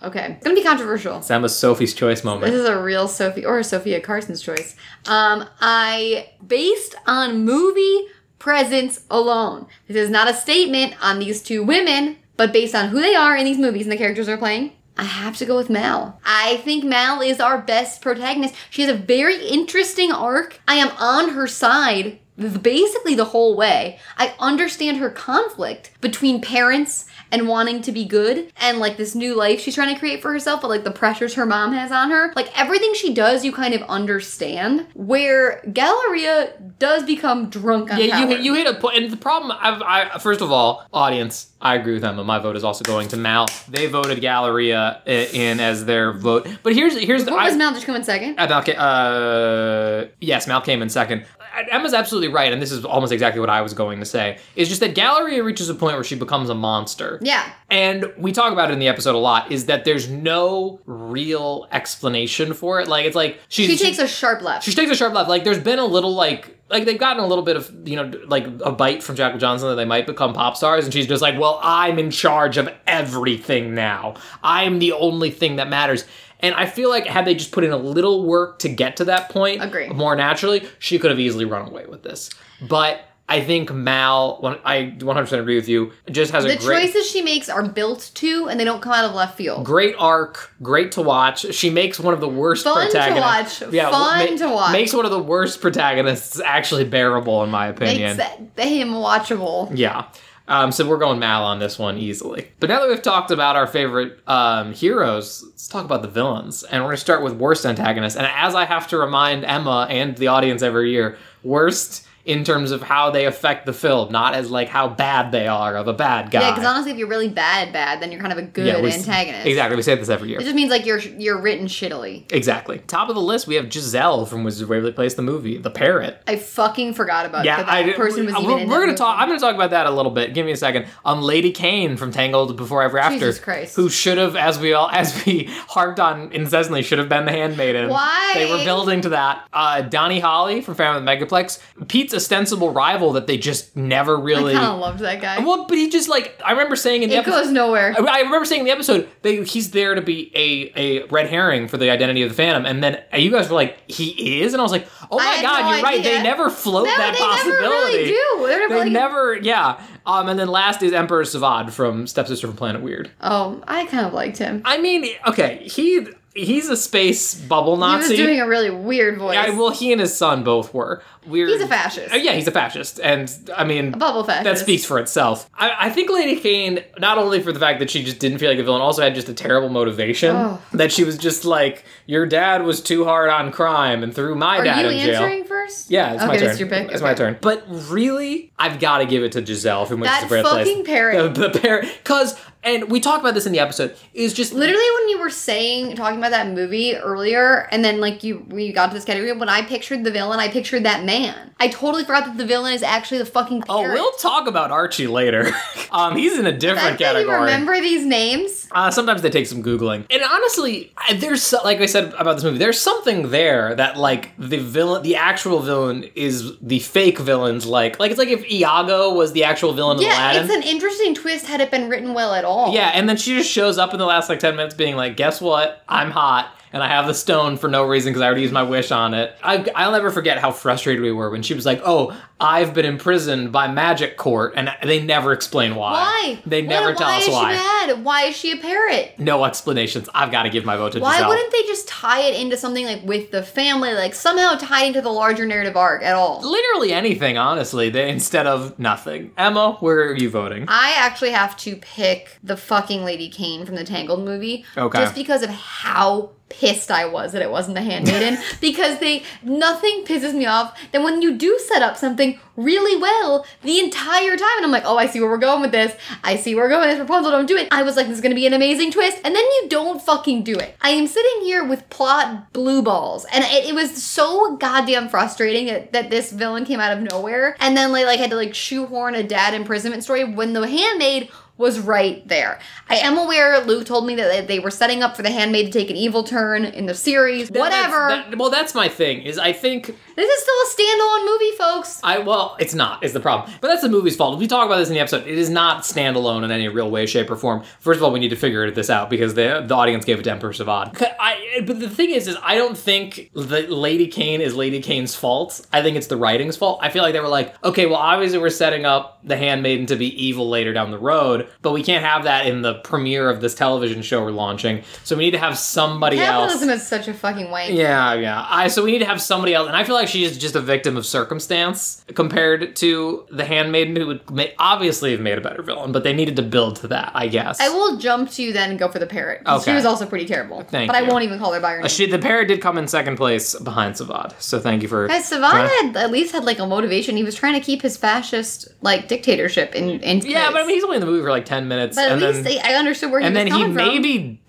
okay it's gonna be controversial It's Emma's Sophie's choice This moment. is a real Sophie or Sophia Carson's choice. Um, I based on movie presence alone. This is not a statement on these two women, but based on who they are in these movies and the characters they're playing. I have to go with Mal. I think Mal is our best protagonist. She has a very interesting arc. I am on her side th- basically the whole way. I understand her conflict between parents and wanting to be good and like this new life she's trying to create for herself, but like the pressures her mom has on her. Like everything she does, you kind of understand. Where Galleria does become drunk on Yeah, you power. hit, you hit a point, and the problem. I've, I first of all, audience, I agree with them, but my vote is also going to Mal. They voted Galleria i- in as their vote, but here's here's the. What I- was Mal just coming second? Uh, Mal ca- uh, yes, Mal came in second. Uh, Emma's absolutely right, and this is almost exactly what I was going to say. Is just that Galleria reaches a point where she becomes a monster. yeah. And we talk about it in the episode a lot. Is that there's no real explanation for it? Like it's like she's, She takes a sharp left. she takes a sharp left. Like there's been a little like like they've gotten a little bit of you know like a bite from Jackal Johnson that they might become pop stars, and she's just like, well, I'm in charge of everything now. I'm the only thing that matters. And I feel like had they just put in a little work to get to that point, Agree. more naturally, she could have easily run away with this. But I think Mal, one- I 100% agree with you, just has the a great choices she makes are built to and they don't come out of left field. Great arc, great to watch. She makes one of the worst Fun to protagonists. watch, fun to watch. Makes one of the worst protagonists actually bearable, in my opinion. Makes that- him watchable. yeah. Um, so we're going Mal on this one easily. But now that we've talked about our favorite um, heroes, let's talk about the villains. And we're going to start with worst antagonist. And as I have to remind Emma and the audience every year, worst in terms of how they affect the film, not as like how bad they are of a bad guy. Yeah, because honestly, if you're really bad, bad, then you're kind of a good Yeah, we s- antagonist. Exactly. We say this every year. It just means like you're you're written shittily. Exactly. Top of the list, we have Giselle from Wizards of Waverly Place, the movie, the parrot. I fucking forgot about Yeah, Uh, that, that I, person was we're, even in we're that gonna talk. movie. I'm gonna talk about that a little bit. Give me a second. Um, Lady Kane from Tangled, Before Ever After, Jesus Christ. who should have, as we all, as we harped on incessantly, should have been the Handmaiden. Why? they were building to that? Uh, Donnie Holly from Family Megaplex, Pete's ostensible rival that they just never really. I kind of loved that guy. well, but he just like I remember saying in the it episode. goes nowhere. I, I remember saying in the episode that he's there to be a, a red herring for the identity of the Phantom, and then you guys were like, "He is," and I was like, "Oh I my had god, no you're right. idea. They never float no, that they possibility. never really do. They're never They like- never, yeah. Um, and then last is Emperor Savad from Stepsister from Planet Weird. Oh, I kind of liked him. I mean, okay, he he's a space bubble He was Nazi. doing a really weird voice. Yeah, well, he and his son both were. Weird. He's a fascist. Uh, yeah, he's a fascist, and I mean, a bubble fascist. that speaks for itself. I, I think Lady Kane, not only for the fact that she just didn't feel like a villain, also had just a terrible motivation. Oh. That she was just like, your dad was too hard on crime and threw my Are dad you in jail. answering first? Yeah, it's okay, my turn. That's your pick. It's my Okay. turn. But really, I've got to give it to Giselle from Wizards That of Waverly Place. fucking parrot. The, the parrot, because and we talk about this in the episode. Is just Literally, when you were saying talking about that movie earlier, and then like you we got to this category, when I pictured the villain, I pictured that man. I totally forgot that the villain is actually the fucking. Oh, parrot. we'll talk about Archie later. um, he's in a different That's how you category. remember these names. Uh, sometimes they take some googling, and honestly, I- there's so- like I said about this movie. There's something there that like the villain, the actual villain, is the fake villain's like like it's like if Iago was the actual villain in Yeah, Aladdin. it's an interesting twist. Had it been written well at all? yeah, and then she just shows up in the last like ten minutes, being like, "Guess what? I'm hot." And I have the stone for no reason because I already used my wish on it. I, I'll never forget how frustrated we were when she was like, "Oh, I've been imprisoned by magic court," and they never explain why. Why? They What- never tell why us is why. she bad? Why is she a parrot? No explanations. I've got to give my vote to Why Giselle. wouldn't they just tie it into something like with the family, like somehow tie into the larger narrative arc at all? literally anything, honestly, they, instead of nothing. Emma, where are you voting? I actually have to pick the fucking Lady Kane from the Tangled movie. Okay. Just because of how pissed I was that it wasn't the handmaiden. because they nothing pisses me off than when you do set up something really well the entire time. And I'm like, oh I see where we're going with this. I see where we're going with this. Rapunzel, don't do it. I was like, this is gonna be an amazing twist. And then you don't fucking do it. I am sitting here with plot blue balls. And it, it was so goddamn frustrating that, that this villain came out of nowhere. And then like, like had to like shoehorn a dad imprisonment story when the handmaid was right there. I am aware Luke told me that they were setting up for the handmaid to take an evil turn in the series. Whatever. That's- that- well, that's my thing. Is I think this is still a standalone movie, folks. I well, it's not is the problem. But that's the movie's fault. We talk about this in the episode. It is not standalone in any real way, shape, or form. First of all, we need to figure this out because the the audience gave it to Emperor Savad. C- I but the thing is, is I don't think that Lady Kane is Lady Kane's fault. I think it's the writing's fault. I feel like they were like, okay, well, obviously we're setting up the Handmaiden to be evil later down the road. But we can't have that in the premiere of this television show we're launching. So we need to have somebody else. Capitalism is such a fucking wank. Yeah, yeah. I so we need to have somebody else, and I feel like she's just a victim of circumstance compared to the handmaiden, who would ma- obviously have made a better villain, but they needed to build to that, I guess. I will jump to you then and go for the parrot. 'cause She Okay. was also pretty terrible. Thank but you. I won't even call her by her name. Uh, she, the parrot did come in second place behind Savad, so thank you for. Guys, Savant had, at least had like a motivation. He was trying to keep his fascist like dictatorship in in yeah, place. but I mean, he's only in the movie for like ten minutes, But at and least then I I understood where he and was then he coming from. maybe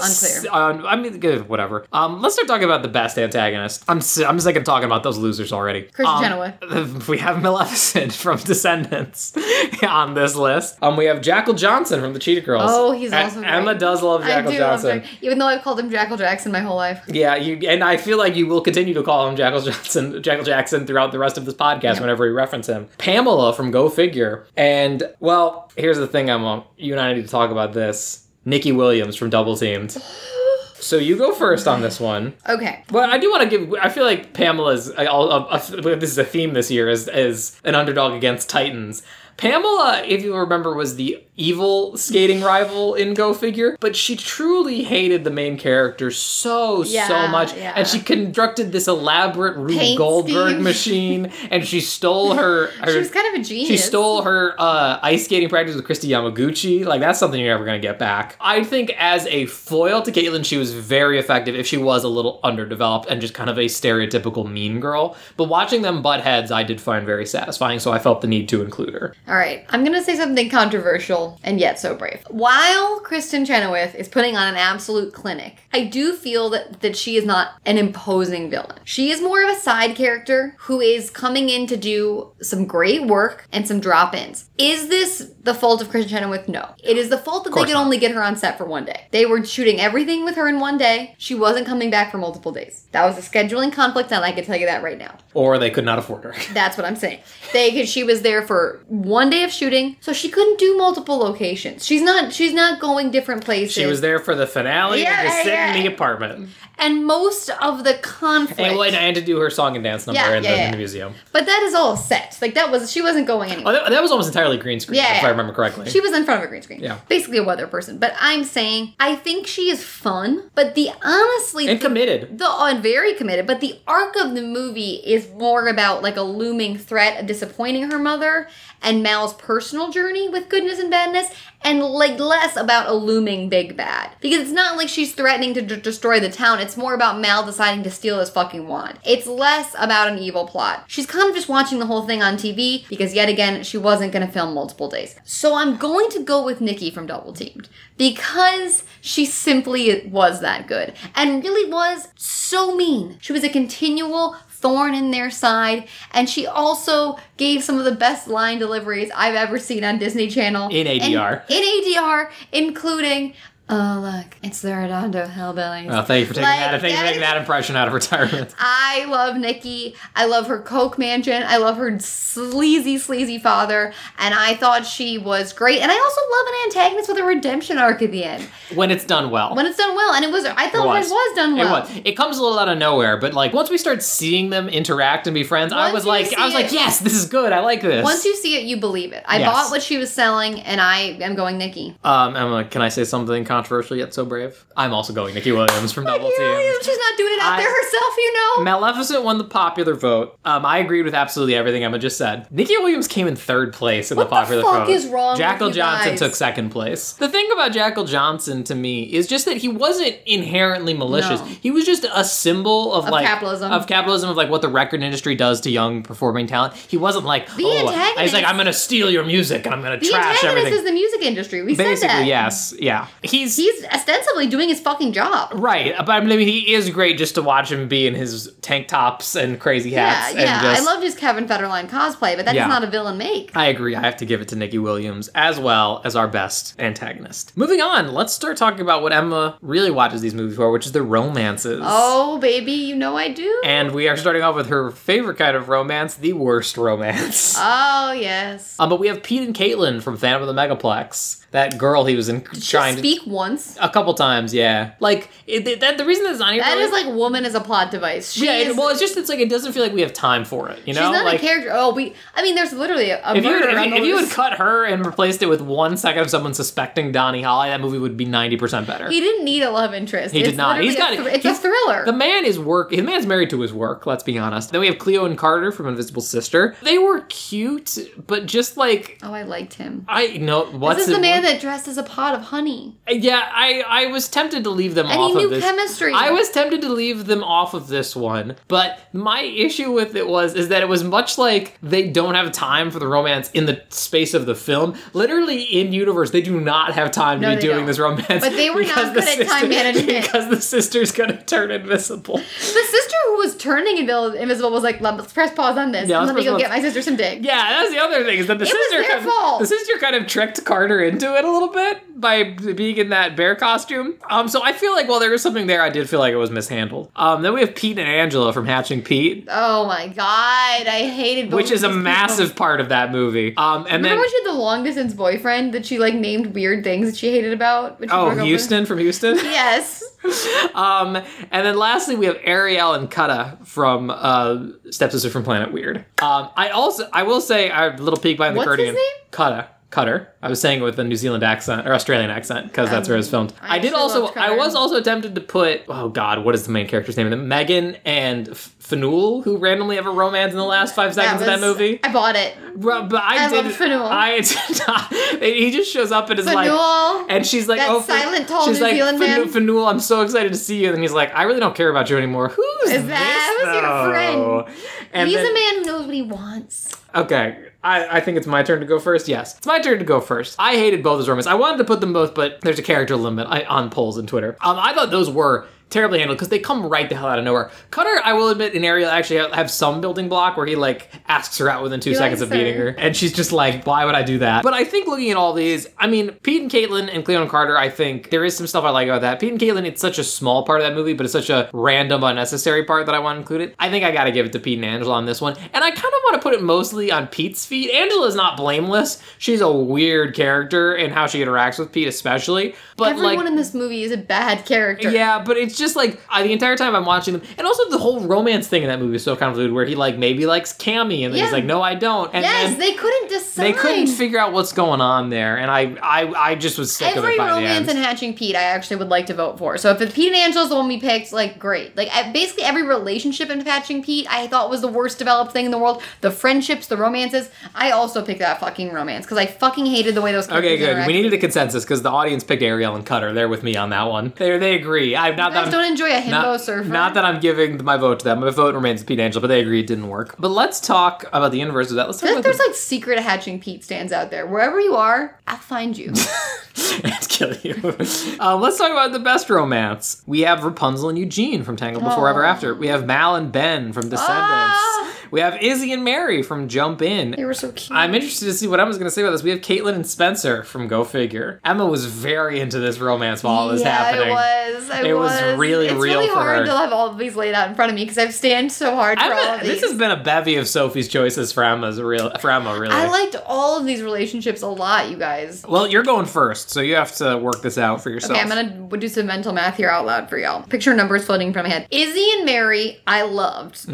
dies. Unclear. Um, I mean, good, whatever. Um, let's start talking about the best antagonist. I'm si- I'm sick of talking about those losers already. Kristen um, Chenoweth. We have Maleficent from Descendants on this list. Um, we have Jackal Johnson from the Cheetah Girls. Oh, he's And also great. Emma does love I Jackal do love Johnson. Jack, even though I've called him Jackal Jackson my whole life. Yeah, you and I feel like you will continue to call him Jackal Johnson, Jackal Jackson throughout the rest of this podcast whenever we reference him. Pamela from Go Figure, and well, here's the thing, Emma. You and I need to talk about this. Nikki Williams from Double Teamed. So you go first on this one. Okay. But I do want to give. I feel like Pamela's. I- I'll- I'll- I'll- This is a theme this year is is an underdog against Titans. Pamela, if you remember, was the evil skating rival in Go Figure, but she truly hated the main character so so Yeah, much, yeah. and she constructed this elaborate Rube Paint Goldberg scheme. machine, and she stole her. her She was kind of a genius. she stole her uh, ice skating practice with Christy Yamaguchi. Like that's something you're never gonna get back. I think as a foil to Caitlyn, she was very effective if she was a little underdeveloped and just kind of a stereotypical mean girl. But watching them butt heads, I did find very satisfying, so I felt the need to include her. All right, I'm gonna say something controversial and yet so brave. While Kristen Chenoweth is putting on an absolute clinic, I do feel that that she is not an imposing villain. She is more of a side character who is coming in to do some great work and some drop-ins. Is this the fault of Kristen Chenoweth? No. It is the fault that they course could not. only get her on set for one day. They were shooting everything with her in one day. She wasn't coming back for multiple days. That was a scheduling conflict, and I can tell you that right now. Or they could not afford her. That's what I'm saying. They could, she was there for one day of shooting, so she couldn't do multiple locations. She's not she's not going different places. she was there for the finale and Yeah, just sit in yeah. the apartment. and most of the conflict. And well, and I had to do her song and dance number Yeah, in, the, yeah, yeah. in the museum. but that is all set. Like that was she wasn't going anywhere. Oh, that, that was almost entirely green screen, Yeah, if yeah. I remember correctly. She was in front of a green screen. Oh, Yeah. Basically a weather person. But I'm saying I think she is fun, but the honestly and the- committed. the oh, and very committed, but the arc of the movie is more about like a looming threat of disappointing her mother and Mal's personal journey with goodness and badness, and like less about a looming big bad because it's not like she's threatening to d- destroy the town. It's more about Mal deciding to steal his fucking wand. It's less about an evil plot. She's kind of just watching the whole thing on TV because yet again she wasn't going to film multiple days. So I'm going to go with Nikki from Double Teamed because she simply was that good and really was so mean. She was a continual thorn in their side and she also gave some of the best line deliveries I've ever seen on Disney Channel In ADR. And- in ADR including oh look it's the Redondo Hellbillies Oh, thank you for taking Like, that. Thank you for that making is- that impression out of retirement. I love Nikki. I love her Coke mansion. I love her sleazy, sleazy father. And I thought she was great. And I also love an antagonist with a redemption arc at the end when it's done well. when it's done well. And it was, I thought it was done well. It was. It comes a little out of nowhere, but like once we start seeing them interact and be friends, I Once was you like, see I was like, it- yes, this is good. I like this. Once you see it, you believe it. I Yes. bought what she was selling, and I am going Nikki. um, Emma, can I say something controversial yet so brave? I'm also going Nikki Williams from Double Team. She's not doing it out I- there herself, you know. Maleficent won the popular vote. Um, I agreed with absolutely everything Emma just said. Nikki Williams came in third place in What the the popular fuck vote. is wrong with Jackal you Johnson guys? took second place. The thing about Jackal Johnson to me is just that he wasn't inherently malicious. No. He was just a symbol of, Of like capitalism. of capitalism of like what the record industry does to young performing talent. He wasn't like oh, I- he's antagonist- like I'm gonna steal your music and I'm gonna the trash antagonist everything. is the music industry. We Basically, said that. yes, yeah. He's He's ostensibly doing his fucking job. Right, but I mean, he is great just to watch him be in his tank tops and crazy Yeah, hats. yeah. and just, I loved his Kevin Federline cosplay, but that is Yeah. not a villain make. I agree. I have to give it to Nikki Williams as well as our best antagonist. Moving on, let's start talking about what Emma really watches these movies for, which is the romances. Oh, baby, you know I do. And we are starting off with her favorite kind of romance, the worst romance. oh, yes. Um, but we have Pete and Caitlin from Phantom of the Megaplex. that girl he was in trying to speak once. a couple times. Yeah, like it, it- that. The reason that's not here That really- is like woman as a plot device. She yeah. is, It, well, it's just it's like it doesn't feel like we have time for it. You know, she's not like a character. Oh, we. I mean, there's literally a, a if you, murder. if, on you- the if you had loose. cut her and replaced it with one second of someone suspecting Donnie Holly, that movie would be ninety percent better. he didn't need a love interest. He did It's not. literally He's got a, it. thr- It's a He's- thriller. The man is work. His man's married to his work. Let's be honest. Then we have Cleo and Carter from Invisible Sister. They were cute, but just like oh, I liked him. I know what's this is it- the man that dressed as a pot of honey, Yeah, I I was tempted to leave them and off he knew of this. chemistry. I was tempted to leave them off of this one, but my issue with it was is that it was much like they don't have time for the romance in the space of the film. Literally in universe, they do not have time to No, be they doing don't. this romance. But they were because not the good at time management. because the sister's gonna turn invisible. the sister who was turning invil- invisible was like, "Let's press pause on this. Yeah, and let's let me press go get pause. my sister some dick." Yeah, that's the other thing is that the was sister their kind fault. of, the sister kind of tricked Carter into it a little bit by being in that bear costume. Um, so I feel like while there was something there, I did feel like it was mishandled. Um, then we have Pete and Angela from Hatching Pete, Oh my god, I hated. Oh, both which of is a these people. massive part of that movie. Um, and Remember then when she had the long distance boyfriend that she like named weird things that she hated about? when she oh broke up with? Houston from Houston. Yes. um, and then lastly we have Ariel and Kutta from uh, Stepsister from Planet Weird. Um, I also I will say a little peek behind the What's his curtain. name? Cutter. Cutter. I was saying it with a New Zealand accent or Australian accent because that's where it was filmed. Um, I I, did actually also. loved Cutter. I was also tempted to put. Oh God, what is the main character's name? in it? Megan and F- Fanul, who randomly have a romance in the last five seconds of that was- movie. I bought it. Bro, but I, I did. loved Fanul. I did not. He just shows up and is But like. Noel, And she's like, That "Oh, Fan- silent, tall she's New like, Zealand man. "Fanu- Fanul, I'm so excited to see you." And he's like, "I really don't care about you anymore. Who's Is that- this, that was your though?" And he's then- a man who knows what he wants. Okay. I, I think it's my turn to go first. Yes, it's my turn to go first. I hated both as romance. I wanted to put them both, but there's a character limit I, on polls and Twitter. Um, I thought those were terribly handled because they come right the hell out of nowhere. Cutter, I will admit, in Ariel actually have, have some building block where he like asks her out within two He seconds likes of meeting her. her, and she's just like, "Why would I do that?" But I think looking at all these, I mean, Pete and Caitlin and Cleo and Carter, I think there is some stuff I like about that. Pete and Caitlin, it's such a small part of that movie, but it's such a random, unnecessary part that I want included. I think I got to give it to Pete and Angela on this one, and I kind of want to put it mostly on Pete's feet. Angela's not blameless; she's a weird character in how she interacts with Pete, especially. But Everyone like, in this movie is a bad character. yeah, but it's just like I, the entire time I'm watching them, and also the whole romance thing in that movie is so convoluted. Where he like maybe likes Cammy, and then Yeah. he's like, no, I don't. And Yes, then they couldn't decide. they couldn't figure out what's going on there, and I I, I just was sick of Every it by the romance end. in Hatching Pete, I actually would like to vote for. So if it's Pete and Angela's the one we picked, like great. Like I, basically every relationship in Hatching Pete, I thought was the worst developed thing in the world. The friendships, the romances. I also picked that fucking romance because I fucking hated the way those. Okay, characters good. We interacted. needed a consensus because the audience picked Ariel and Cutter. They're with me on that one. They they agree. I'm not You that guys I'm- don't enjoy a himbo not, surfer. not that I'm giving my vote to them. My vote remains with Pete and Angela, but they agree it didn't work. But let's talk about the inverse of that. Let's I talk feel like about the- there's like secret hatching Pete stands out there. Wherever you are, I'll find you. It's killing you. um, let's talk about the best romance. We have Rapunzel and Eugene from Tangled Before Ever Oh. After. We have Mal and Ben from Descendants. Ah. We have Izzy and Mary from Jump they In. were so cute. I'm interested to see what Emma's going to say about this. We have Caitlin and Spencer from Go Figure. Emma was very into this romance while it was yeah, happening. it was. It, It was really it's real really for hard her. to have all of these laid out in front of me because I've stand so hard for all Emma, of these. this has been a bevy of Sophie's choices for Emma's real for Emma really. I liked all of these relationships a lot, you guys. well, you're going first, so you have to work this out for yourself. Okay, I'm gonna do some mental math here out loud for y'all. Picture numbers floating from my head. Izzy and Mary, I loved.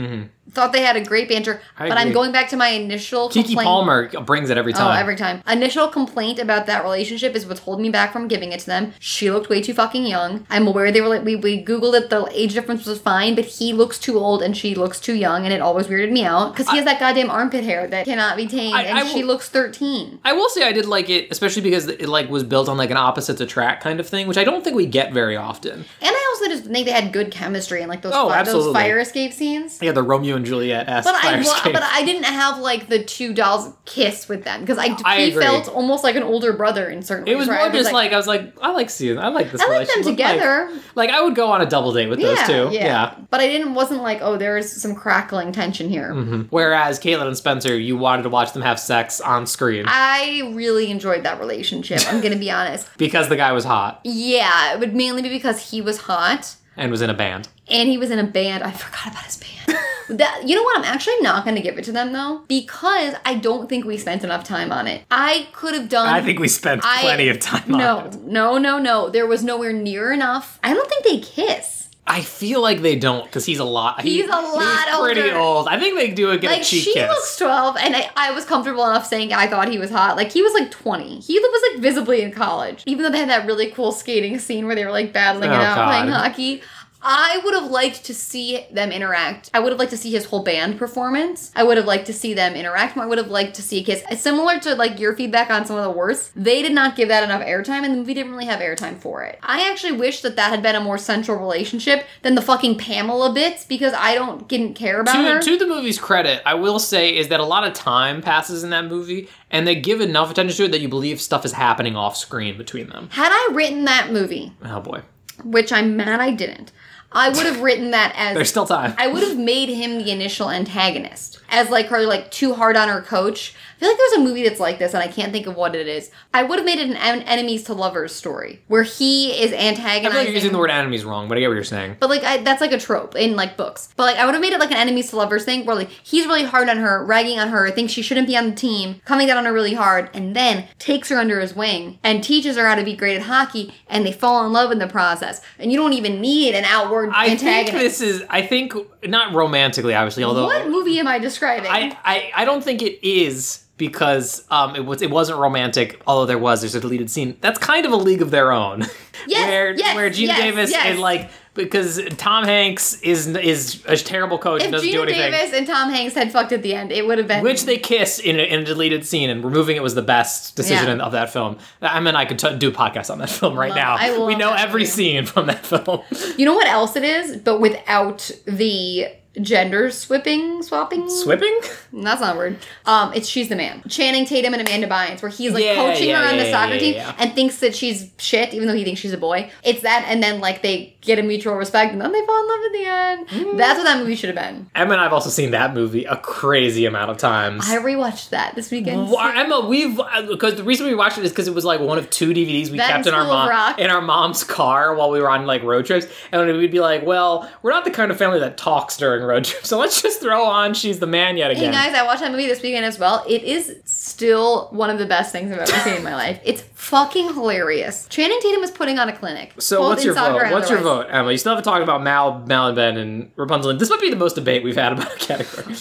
Thought they had a great banter, Mm-hmm. I but I'm agree. going back to my initial Kiki complaint. Palmer brings it every Oh, time. every time. Initial complaint about that relationship is what's holding me back from giving it to them. She looked way too fucking young. I'm aware they were like, we, we Googled it, the age difference was fine, but he looks too old and she looks too young, and it always weirded me out. Because he has that goddamn armpit hair that cannot be tamed, I- and I she will- looks 13. I will say I did like it, especially because it like was built on like an opposites attract kind of thing, which I don't think we get very often. And I also just think they had good chemistry and like those, Oh, fi- those absolutely. fire escape scenes. Yeah, the Romeo and Juliet esque But I, fire wa- escape. but I didn't have like the two dolls kiss with them because I, I he agree. felt almost like an older brother in certain it ways. was where I more just like, I was like, I like seeing, I like this. I like them relationship. Like- together. Like, I would go on a double date with those two. Yeah. But I didn't wasn't like, oh, there's some crackling tension here. Mm-hmm. Whereas Caitlin and Spencer, you wanted to watch them have sex on screen I really enjoyed that relationship. I'm gonna be honest. because the guy was hot Yeah, it would mainly be because he was hot and was in a band. and he was in a band. I forgot about his band. That you know what? I'm actually not going to give it to them though because I don't think we spent enough time on it. I could have done. I think we spent I- plenty of time no, on it. no, no, no. There was nowhere near enough. I don't think they kiss. I feel like they don't because he's a lot. He's a lot he's Pretty older. old. I think they do a get Like a cheek she kiss. looks twelve, and I, I was comfortable enough saying I thought he was hot. Like he was like twenty. He was like visibly in college, even though they had that really cool skating scene where they were like battling it Oh, out, God. playing hockey. I would have liked to see them interact. I would have liked to see his whole band performance. I would have liked to see them interact. more. I would have liked to see a kiss. It's similar to like your feedback on some of the worst. They did not give that enough airtime, and the movie didn't really have airtime for it. I actually wish that that had been a more central relationship than the fucking Pamela bits because I don't didn't care about her. to, to the movie's credit, I will say is that a lot of time passes in that movie, and they give enough attention to it that you believe stuff is happening off screen between them. Had I written that movie, Oh boy, which I'm mad I didn't, I would have written that as there's still time. I would have made him the initial antagonist as like her like too hard on her coach. I feel like there's a movie that's like this, and I can't think of what it is. I would have made it an en- enemies to lovers story where he is I antagonizing. feel like you're using the word enemies wrong, but I get what you're saying. But like I, that's like a trope in like books. But like I would have made it like an enemies to lovers thing where like he's really hard on her, ragging on her, thinks she shouldn't be on the team, coming down on her really hard, and then takes her under his wing and teaches her how to be great at hockey, and they fall in love in the process. And you don't even need an outward I antagonist. think this is. I think not romantically, obviously. Although what movie am I describing? I, I, I don't think it is because um, it was it wasn't romantic. Although there was there's a deleted scene that's kind of a league of their own. Yes, where yes, where Gina yes, Davis yes. and like because Tom Hanks is is a terrible coach and if doesn't do Gina anything. Davis and Tom Hanks had fucked at the end, it would have been which they kiss in a, in a deleted scene, and removing it was the best decision Yeah. in- of that film. I mean, I could t- do a podcast on that film right Love- now. I we love know that every movie. scene from that film. You know what else it is, but without the gender swapping swapping Swipping? That's not a word. Um, it's she's the man. Channing Tatum and Amanda Bynes, where he's like Yeah, coaching yeah, her on yeah, the yeah, soccer yeah, team yeah. and thinks that she's shit, even though he thinks she's a boy. It's that, and then like they get a mutual respect, and then they fall in love at the end. Mm. That's what that movie should have been. Emma and I've also seen that movie a crazy amount of times. I rewatched that this weekend. Why, Emma, we've because the reason we watched it is because it was like one of two DVDs we That kept and in our School of mom Rock. in our mom's car while we were on like road trips, and we'd be like, "Well, we're not the kind of family that talks during road trips, so let's just throw on She's the Man yet Hey again." guys, I watched that movie this weekend as well. It is still one of the best things I've ever seen in my life. It's fucking hilarious. Channing Tatum is putting on a clinic. so both what's in your soccer vote? and What's your otherwise. vote, Emma? You still haven't talked about Mal, Mal and Ben, and Rapunzel. And this might be the most debate we've had about a category.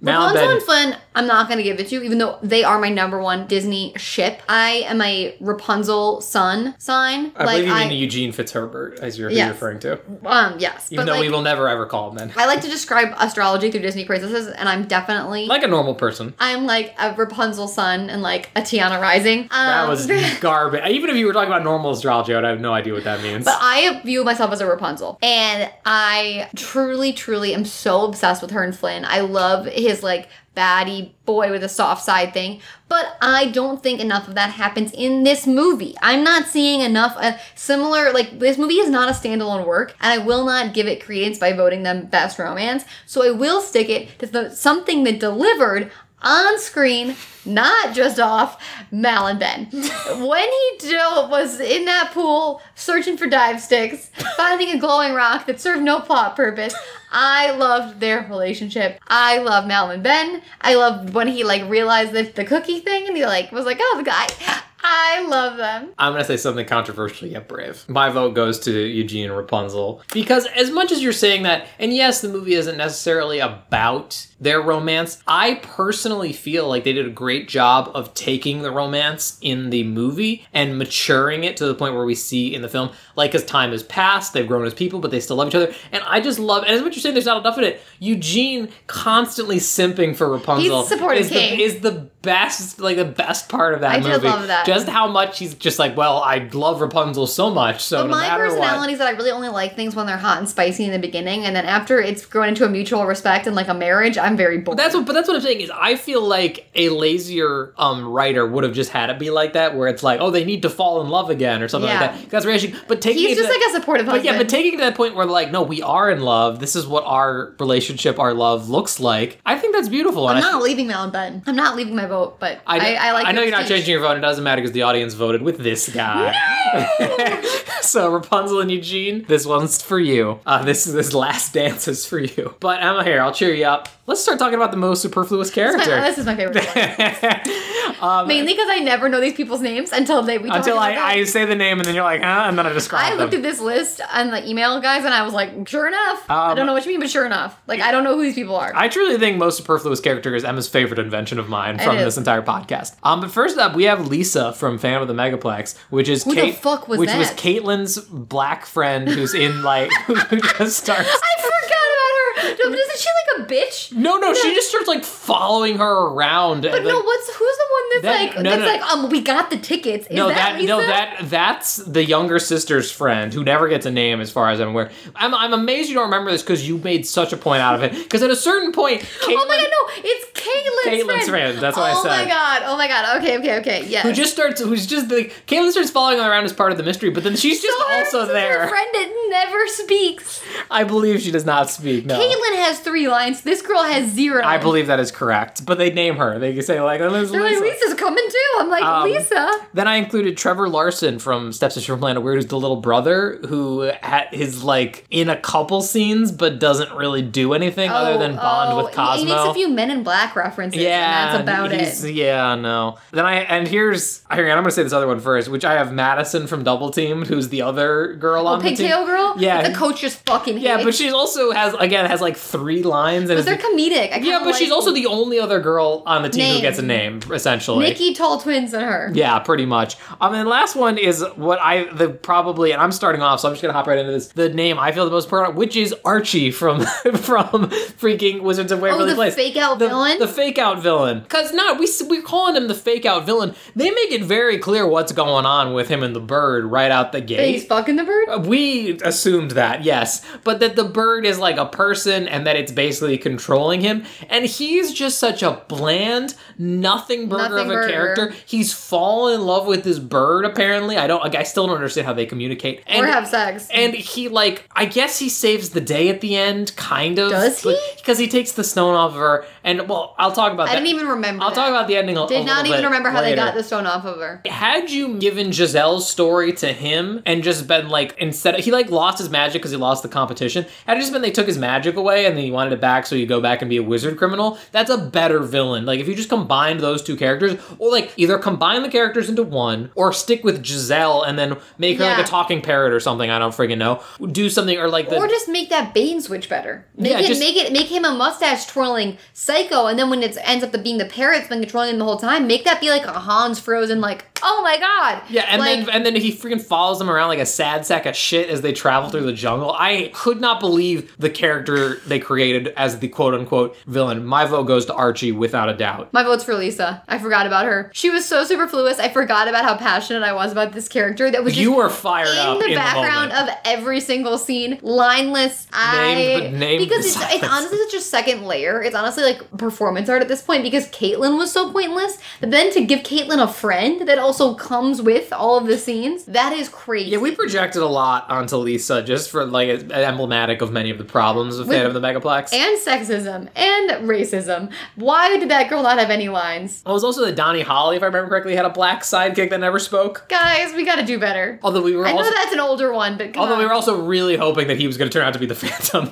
Mal Rapunzel and and Ben. Flynn, I'm not gonna give it to you, even though they are my number one Disney ship. I am a Rapunzel sun sign. I like believe you I, mean Eugene Fitzherbert, as you're, who Yes. you're referring to. Even um, yes, but though like, we will never ever call him then. I like to describe astrology through Disney princesses, and I'm definitely Like a normal person. I'm like a Rapunzel sun and like a Tiana rising. Um, That was garbage. Even if you were talking about normal astrology, I would have no idea what that means. But I view myself as a Rapunzel. And I truly, truly am so obsessed with her and Flynn. I love his like baddie boy with a soft side thing. But I don't think enough of that happens in this movie. I'm not seeing enough uh, similar, like, this movie is not a standalone work, and I will not give it credence by voting them best romance. So I will stick it to the, something that delivered on screen, not just off Mal and Ben. when he do- was in that pool searching for dive sticks, finding a glowing rock that served no plot purpose, I loved their relationship. I love Mal and Ben. I loved when he like realized that the cookie thing and he like was like, oh, the guy. I love them. I'm gonna say something controversial yet brave. My vote goes to Eugene Rapunzel because as much as you're saying that, and yes, the movie isn't necessarily about their romance. I personally feel like they did a great job of taking the romance in the movie and maturing it to the point where we see in the film, like as time has passed, they've grown as people, but they still love each other. And I just love, and as much as you're saying there's not enough in it, Eugene constantly simping for Rapunzel supportive is, king. The, is the best, like the best part of that I movie. did love that. Just just how much he's just like, well, I love Rapunzel so much, so no But my matter personality is that I really only like things when they're hot and spicy in the beginning, and then after it's grown into a mutual respect and like a marriage, I'm very bored. what. That's what, but that's what I'm saying is I feel like a lazier um, writer would have just had it be like that, where it's like, oh, they need to fall in love again or something Yeah. like that. That's really, but taking it He's to just that- like a supportive But husband. yeah, but taking it to that point where like, no, we are in love. This is what our relationship, our love looks like. I think that's beautiful. I'm and I- not leaving Mal and Ben. I'm not leaving my vote, but I, I, I, like. I know your you're not speech. changing your vote. It doesn't matter because the audience voted with this guy. so Rapunzel and Eugene, this one's for you. Uh, this this last dance is for you. But Emma, here, I'll cheer you up. Let's start talking about the most superfluous This is my- character. This is my favorite. One. um, Mainly because I never know these people's names until they we talk until about I, I them. say the name and then you're like, huh? And then I describe I looked them. at this list on the email guys, and I was like, sure enough. I Um, don't know what you mean, but sure enough, like I don't know who these people are. I truly think most superfluous character is Emma's favorite invention of mine from is. this entire podcast. Um, but first up, we have Lisa from Phantom of the Megaplex, which is Who the Kate, fuck was which that? was Caitlin's black friend who's in like who just starts. I forgot about her. No, but isn't she like a bitch? No, no, she just starts like following her around. But no, what's who's the one that's That- like no, that's no. like um we got the tickets? Is no, that, that, no, Lisa? that that's the younger sister's friend who never gets a name, as far as I'm aware. I'm, I'm amazed you don't remember this because you made such a point out of it. Because at a certain point, Caitlin, Oh my god, no, it's Caitlin's, Caitlin's friend, that's what I oh Oh my said. god, oh my god, okay, okay, okay, yes. who just starts, who's just like Caitlin starts following her around as part of the mystery, but then she's just So her- also so her there. friend that never speaks. I believe she does not speak. No, Caitlin has three lines. This girl has zero. I believe that is correct. But they name her. They say like, "Oh, there's They're Lisa." like, Lisa's coming too. I'm like, Um, Lisa. Then I included Trevor Larson from Stepsister from Planet Weird, who's the little brother who ha- is like in a couple scenes but doesn't really do anything other than bond oh, with he- Cosmo. He makes a few Men in Black references. yeah, and that's about he's- it. Yeah, no. Then I and here's here, I'm gonna say this other one first, which I have Madison from Double Teamed, who's the other girl Oh, on the team. pigtail girl. Yeah. the coach just fucking. Yeah, hates. but she also has again has like three lines and But is they're comedic. I kinda yeah, but like she's also the only other girl on the team who Name. gets a name essentially. Nikki Tall Twins and her. Yeah, pretty much. Um, and the last one is what I the probably, and I'm starting off, so I'm just gonna hop right into this. The name I feel the most proud of, which is Archie from from freaking Wizards of Waverly Oh, the Place, fake out the, villain. the fake out villain. Cause no, we s- we're calling him the fake out villain. They make it very clear what's going on with him and the bird right out the That gate. he's fucking the bird. We assumed that, yes. But that the bird is like a person and that it's basically controlling him. And he's just such a bland, nothing burger Nothing of a burger. character. He's fallen in love with this bird, apparently. I don't like, I still don't understand how they communicate. And, or have sex. and he like I guess he saves the day at the end, kind of. Does he? Because he takes the stone off of her and well, I'll talk about I that. didn't even remember. I'll that. talk about the ending a, a Did little not even bit remember how they later got the stone off of her. had you given Giselle's story to him and just been like instead he like lost his magic because he lost the competition had it just been they took his magic away and then he wanted it back so you go back and be a wizard criminal that's a better villain like if you just combined those two characters or like either combine the characters into one or stick with Giselle and then make her like Yeah. a talking parrot or something I don't friggin' know do something or like the Or just make that Bane switch better. Make Yeah, it, just- make it, make him a mustache twirling psycho, and then when it ends up being the parrot that's been controlling him the whole time, make that be like a Hans frozen, like oh my god. Yeah, and like, then and then he freaking follows them around like a sad sack of shit as they travel through the jungle. I could not believe the character they created as the quote unquote villain. My vote goes to Archie without a doubt. My vote's for Lisa. I forgot about her. She was so superfluous. I forgot about how passionate I was about this character. That was just You were fired in up the in background the moment. of every single scene, lineless. I but named because it's, besides. it's honestly such a second layer. It's honestly like performance art at this point because Caitlyn was so pointless. But then to give Caitlyn a friend that also comes with all of the scenes, that is crazy. yeah, we projected a lot onto Lisa just for like it's emblematic of many of the problems of With- Phantom of the Megaplex. and sexism and racism. Why did that girl not have any lines? it was also that Donnie Holly, if I remember correctly, had a black sidekick that never spoke. Guys, we gotta do better. Although we were I know also that's an older one, but come Although on. we were also really hoping that he was going to turn out to be the Phantom.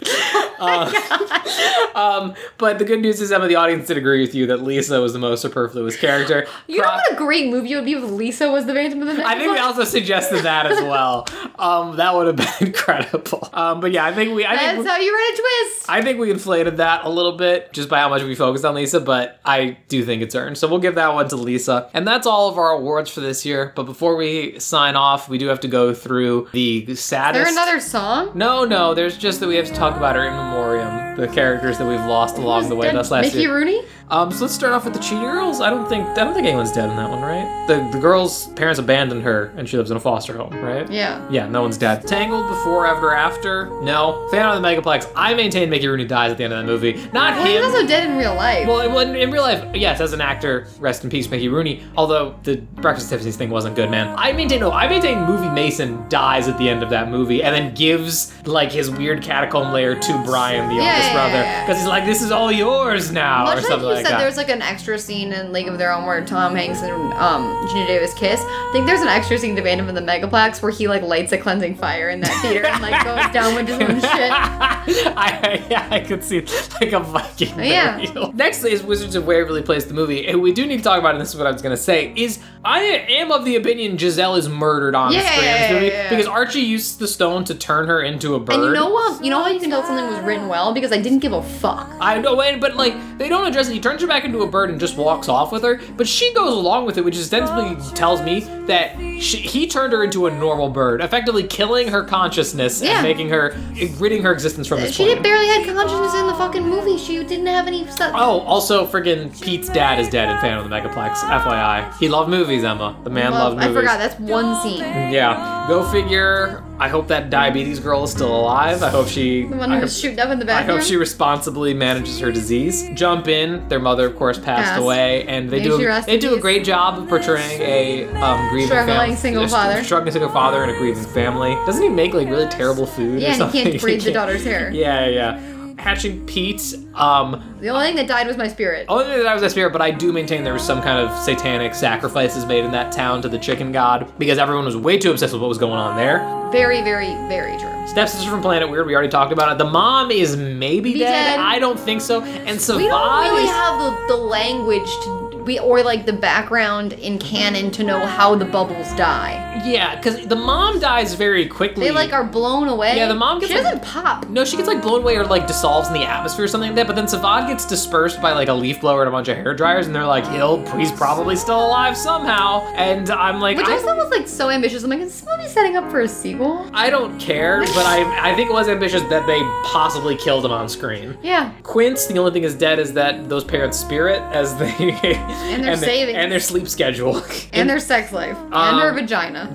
Uh, um, but the good news is, Emma, the audience did agree with you that Lisa was the most superfluous character. You know Pro- what a great movie it would be if Lisa was the Phantom of the Night? I think we also suggested that as well. Um, that would have been incredible. Um, but yeah, I think we. I think That's we- how you write a twist. I think we inflated that a little bit just by how much we focused on Lisa, but I do think it's earned. So we'll give that one to Lisa. And that's all of our awards for this year. But before we sign off, we do have to go through the Is there saddest. another song? No, no, there's just that we have to talk about our in memoriam, the characters that we've lost along the way Done- thus last Mickey year. Rooney? Um, so let's start off with the Cheetah Girls. I don't think I don't think anyone's dead in that one, right? The the girl's parents abandoned her and she lives in a foster home, right? Yeah. Yeah, no one's dead. Tangled before, ever after. No. Fan of the Megaplex. I maintain Mickey Rooney dies at the end of that movie. Not Well, he's him. also dead in real life. Well, well, in, in real life, yes, as an actor, rest in peace, Mickey Rooney. Although the Breakfast at Tiffany's thing wasn't good, man. I maintain, no, I maintain, Movie Mason dies at the end of that movie, and then gives like his weird catacomb layer to Brian, the yeah, oldest his brother Yeah. because he's like, "This is all yours now," Much or like something you like, said, that. there's like an extra scene in League of Their Own where Tom Hanks and um, Gina Davis kiss. I think there's an extra scene to Phantom of the Megaplex where he like lights a cleansing fire in that theater and like goes down with his own Oh, shit. Oh, I, yeah, I could see it. like a Viking Yeah. burial. Next is Wizards of Waverly Place, the movie. And we do need to talk about, and this is what I was going to say, is I am of the opinion Giselle is murdered on Yeah, screen in this yeah, movie yeah, yeah. because Archie used the stone to turn her into a bird. And you know what? You know how you can tell something was written well because I didn't give a fuck. I know, and- but like they don't address it. He turns her back into a bird and just walks off with her. But she goes along with it, which ostensibly tells me that she, he turned her into a normal bird, effectively killing her consciousness Yeah. and making her, ridding her existence from this She plane. did barely had consciousness in the fucking movie. She didn't have any. Su- Oh, also, friggin' Pete's dad is dead in Phantom of the Megaplex. FYI, he loved movies. Emma, the man Love- loved I movies. forgot. That's one scene. Yeah, go figure. I hope that diabetes girl is still alive. I hope she. The one I who hope- was shooting up in the I bathroom. hope she responsibly manages her disease. Jump in. Their mother, of course, passed Passed. away, and they May she do a, rest they in do a peace. great job of portraying a um, grieving Struggling fam- single a str- father. struggling single father, and a grieving family. Doesn't he make like really terrible food? or yeah, and he something? can't braid the can't- daughter's hair. Yeah, yeah. yeah. Hatching Pete. Um, The only thing that died was my spirit. only thing that I was a spirit, but I do maintain there was some kind of satanic sacrifices made in that town to the chicken god because everyone was way too obsessed with what was going on there. Very, very, very true. Stepsister from Planet Weird, we already talked about it. The mom is maybe Be dead. dead. I don't think so. And Savage. We don't really have the, the language to we or like the background in canon to know how the bubbles die. yeah, because the mom dies very quickly. They like are blown away. Yeah, the mom gets, She like- doesn't pop. No, she gets like blown away or like dissolves in the atmosphere or something like that. But then Savad gets dispersed by like a leaf blower and a bunch of hair dryers, and they're like, "He'll, he's probably still alive somehow." And I'm like, Which I- also was like so ambitious. I'm like, is this movie setting up for a sequel? I don't care, but I I think it was ambitious that they possibly killed him on screen. Yeah. Quince, the only thing is dead is that those parents' spirit as they and their the- savings. and their sleep schedule. And their sex life. and their vagina.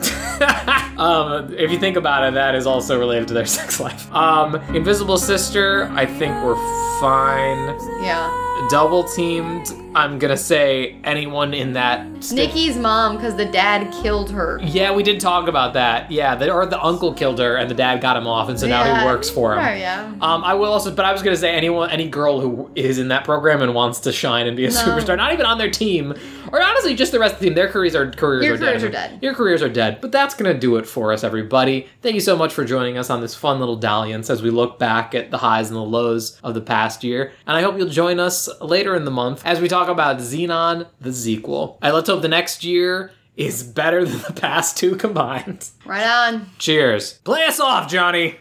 um, if you think about it, that is also related to their sex life. Um, Invisible Sister, I think we're fine. Yeah. Double teamed, I'm gonna say anyone in that. sta- Nikki's mom, because the dad killed her. Yeah, we did talk about that. Yeah, the, or the uncle killed her and the dad got him off, and so now Yeah. he works for him. Oh, yeah. Um, I will also, but I was gonna say anyone, any girl who is in that program and wants to shine and be a superstar, not even on their team, or honestly, just the rest of the team, their careers are careers Your are careers dead. are dead. Your careers are dead. But that's gonna do it for us, everybody. Thank you so much for joining us on this fun little dalliance as we look back at the highs and the lows of the past year. And I hope you'll join us later in the month as we talk about Xenon the sequel. And let's hope the next year is better than the past two combined. Right on. Cheers. Play us off, Johnny.